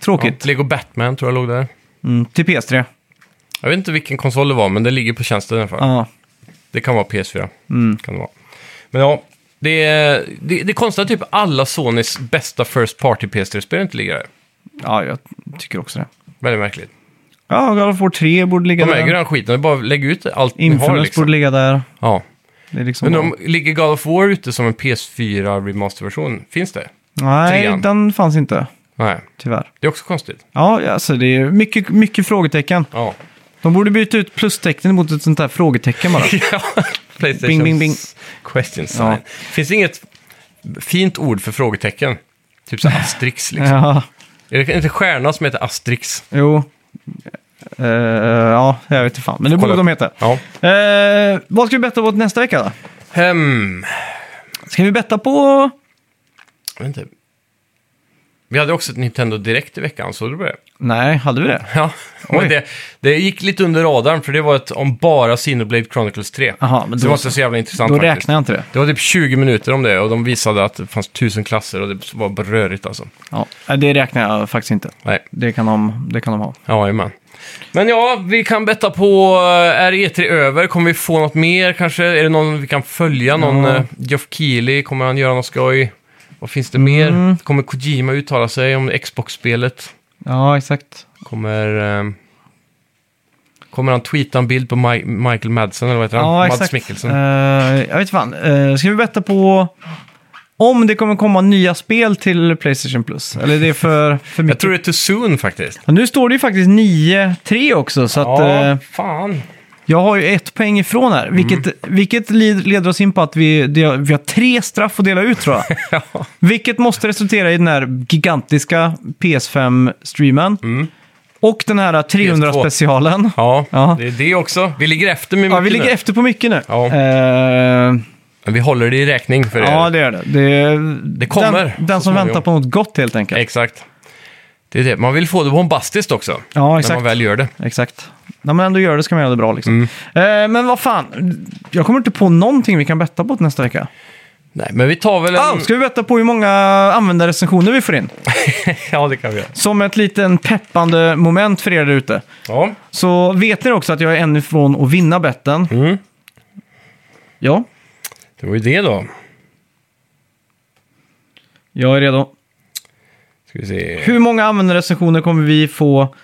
[SPEAKER 1] Tråkigt.
[SPEAKER 2] Lego Batman tror jag låg där.
[SPEAKER 1] Mm, till PS3.
[SPEAKER 2] Jag vet inte vilken konsol det var, men det ligger på tjänsten i alla fall.
[SPEAKER 1] Ja. Mm.
[SPEAKER 2] Det kan vara PS4. Kan det vara. Men ja, det är, det, det är konstigt att typ alla Sonys bästa First Party PS3-spel inte ligger där.
[SPEAKER 1] ja, jag tycker också det.
[SPEAKER 2] Väldigt märkligt.
[SPEAKER 1] Ja, God of War 3 borde ligga
[SPEAKER 2] De äger
[SPEAKER 1] där.
[SPEAKER 2] den skiten, det är bara lägg ut allt ni har
[SPEAKER 1] Infamous
[SPEAKER 2] liksom.
[SPEAKER 1] borde ligga där.
[SPEAKER 2] Ja.
[SPEAKER 1] Det är liksom
[SPEAKER 2] Men om, ligger God of War ute som en PS4 remasterversion? Finns det?
[SPEAKER 1] Nej,
[SPEAKER 2] trean.
[SPEAKER 1] den fanns inte,
[SPEAKER 2] Nej,
[SPEAKER 1] tyvärr.
[SPEAKER 2] det är också konstigt.
[SPEAKER 1] Ja, alltså det är mycket, mycket frågetecken.
[SPEAKER 2] Ja.
[SPEAKER 1] De borde byta ut plustecknet mot ett sånt där frågetecken bara.
[SPEAKER 2] Ja, Playstation
[SPEAKER 1] Bing, bing, bing.
[SPEAKER 2] question sign.
[SPEAKER 1] Ja.
[SPEAKER 2] Finns det inget fint ord för frågetecken? Typ så här asterix liksom.
[SPEAKER 1] ja,
[SPEAKER 2] Är det inte stjärna som heter asterix?
[SPEAKER 1] jo. Eh, ja, jag vet inte fan. Men det
[SPEAKER 2] Kolla
[SPEAKER 1] borde
[SPEAKER 2] upp.
[SPEAKER 1] de heta.
[SPEAKER 2] Ja.
[SPEAKER 1] Eh, vad ska vi betta på nästa vecka då?
[SPEAKER 2] Hem.
[SPEAKER 1] Ska vi betta på...
[SPEAKER 2] Jag vet inte. Vi hade också ett Nintendo Direkt i veckan, såg du det?
[SPEAKER 1] Nej, hade vi det?
[SPEAKER 2] Ja,
[SPEAKER 1] Oj.
[SPEAKER 2] men det, det gick lite under radarn för det var ett om bara Xenoblade Chronicles 3.
[SPEAKER 1] Jaha, men
[SPEAKER 2] Så
[SPEAKER 1] då-
[SPEAKER 2] det var inte så jävla intressant
[SPEAKER 1] Då
[SPEAKER 2] faktiskt.
[SPEAKER 1] räknar jag inte det.
[SPEAKER 2] Det var typ 20 minuter om det och de visade att det fanns tusen klasser och det var bara rörigt alltså.
[SPEAKER 1] Ja, nej, det räknar jag faktiskt inte.
[SPEAKER 2] Nej,
[SPEAKER 1] Det kan de, det kan de ha.
[SPEAKER 2] ja, jajamän. Men ja, vi kan betta på, eh, är E3 över? Kommer vi få något mer kanske? Är det någon vi kan följa? Någon
[SPEAKER 1] Ja.
[SPEAKER 2] eh, Geoff Keighley, kommer han göra något skoj? Vad finns det mer?
[SPEAKER 1] Mm.
[SPEAKER 2] Kommer Kojima uttala sig om Xbox-spelet?
[SPEAKER 1] Ja, exakt.
[SPEAKER 2] Kommer... Eh, Kommer han tweeta en bild på Mi- Michael Madsen eller vad heter han?
[SPEAKER 1] Ja,
[SPEAKER 2] Mads
[SPEAKER 1] exakt.
[SPEAKER 2] Mikkelsen.
[SPEAKER 1] Eh, jag vet fan. Eh, ska vi betta på om det kommer komma nya spel till Playstation Plus? Eller det är för, för mycket.
[SPEAKER 2] jag tror det är too soon faktiskt.
[SPEAKER 1] Ja, Nu står det ju faktiskt 9-3 också, så att
[SPEAKER 2] ja,
[SPEAKER 1] eh,
[SPEAKER 2] fan.
[SPEAKER 1] jag har ju ett poäng ifrån här. Vilket,
[SPEAKER 2] Mm.
[SPEAKER 1] vilket led- leder oss in på att vi, det, vi har tre straff att dela ut tror jag.
[SPEAKER 2] Ja.
[SPEAKER 1] Vilket måste resultera i den här gigantiska PS5-streamen.
[SPEAKER 2] Mm.
[SPEAKER 1] Och den här 300-specialen.
[SPEAKER 2] Ja,
[SPEAKER 1] Ja.
[SPEAKER 2] det är det också. Vi ligger efter med mycket
[SPEAKER 1] Ja, vi ligger
[SPEAKER 2] nu.
[SPEAKER 1] efter på mycket nu.
[SPEAKER 2] Ja.
[SPEAKER 1] Eh,
[SPEAKER 2] Men vi håller det i räkning för er.
[SPEAKER 1] ja, det gör det. Det,
[SPEAKER 2] kommer,
[SPEAKER 1] Den, den
[SPEAKER 2] så
[SPEAKER 1] som väntar
[SPEAKER 2] småningom.
[SPEAKER 1] på något gott helt enkelt.
[SPEAKER 2] Exakt. Det är det. Man vill få det bombastiskt också.
[SPEAKER 1] ja,
[SPEAKER 2] När
[SPEAKER 1] exakt.
[SPEAKER 2] man väl gör det.
[SPEAKER 1] Exakt. När man ändå gör det ska man göra det bra liksom.
[SPEAKER 2] Mm.
[SPEAKER 1] Eh, men vad fan, jag kommer inte på någonting vi kan betta på till nästa vecka.
[SPEAKER 2] Nej, men vi tar väl en...
[SPEAKER 1] Ah, ska vi betta på hur många användarrecensioner vi får in?
[SPEAKER 2] ja, det kan vi göra.
[SPEAKER 1] Som ett liten peppande moment för er där ute.
[SPEAKER 2] Ja.
[SPEAKER 1] Så vet ni också att jag är en ifrån att vinna betten.
[SPEAKER 2] Mm.
[SPEAKER 1] Ja,
[SPEAKER 2] Det var ju det då.
[SPEAKER 1] jag är redo.
[SPEAKER 2] Ska vi se.
[SPEAKER 1] Hur många användarrecensioner kommer vi få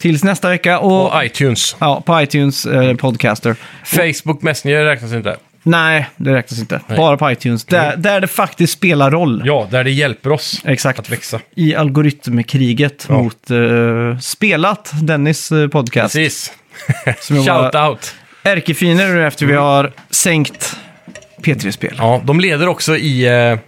[SPEAKER 1] tills nästa vecka? Och,
[SPEAKER 2] På iTunes.
[SPEAKER 1] ja, på iTunes eh, Podcaster.
[SPEAKER 2] Facebook Messenger räknas inte.
[SPEAKER 1] Nej, det räknas inte.
[SPEAKER 2] Nej. Mm.
[SPEAKER 1] Bara på iTunes. Där, där det faktiskt spelar roll.
[SPEAKER 2] Ja, där det hjälper oss
[SPEAKER 1] Exakt.
[SPEAKER 2] att växa.
[SPEAKER 1] i algoritmkriget
[SPEAKER 2] Ja.
[SPEAKER 1] mot eh, spelat Dennis eh, podcast.
[SPEAKER 2] Precis.
[SPEAKER 1] Som är våra
[SPEAKER 2] Shout out.
[SPEAKER 1] ärkefiender nu efter vi har sänkt P3-spel.
[SPEAKER 2] Mm. Ja, de leder också i eh,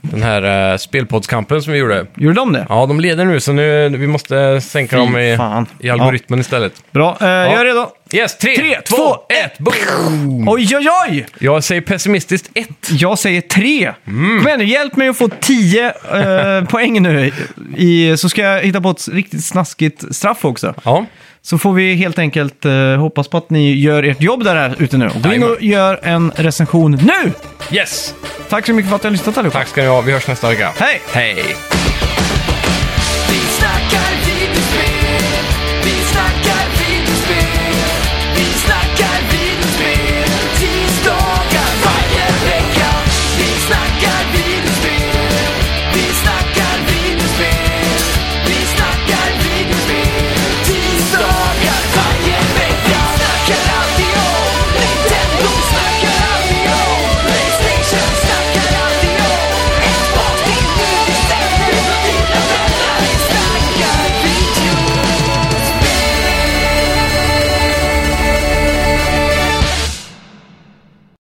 [SPEAKER 2] den här eh, spelpoddskampen som vi gjorde.
[SPEAKER 1] Gjorde de det?
[SPEAKER 2] Ja, de leder nu, så nu vi måste eh, sänka dem i,
[SPEAKER 1] fan.
[SPEAKER 2] i algoritmen istället.
[SPEAKER 1] Bra, eh, jag är redo.
[SPEAKER 2] Yes, tre,
[SPEAKER 1] Tre,
[SPEAKER 2] två,
[SPEAKER 1] två,
[SPEAKER 2] ett, boom!
[SPEAKER 1] Oj, oj, oj!
[SPEAKER 2] Jag säger pessimistiskt ett.
[SPEAKER 1] Mm. Jag säger tre. Kom igen nu, hjälp mig att få tio eh, poäng nu. I, så ska jag hitta på ett riktigt snaskigt straff också.
[SPEAKER 2] Ja,
[SPEAKER 1] Så får vi helt enkelt eh, hoppas på att ni gör ert jobb där här ute nu. Gå in
[SPEAKER 2] Jajamän.
[SPEAKER 1] och gör en recension nu!
[SPEAKER 2] yes!
[SPEAKER 1] Tack så mycket för att ni har lyssnat allihopa.
[SPEAKER 2] Tack ska ni ha, vi hörs nästa vecka.
[SPEAKER 1] Hej!
[SPEAKER 2] Hej!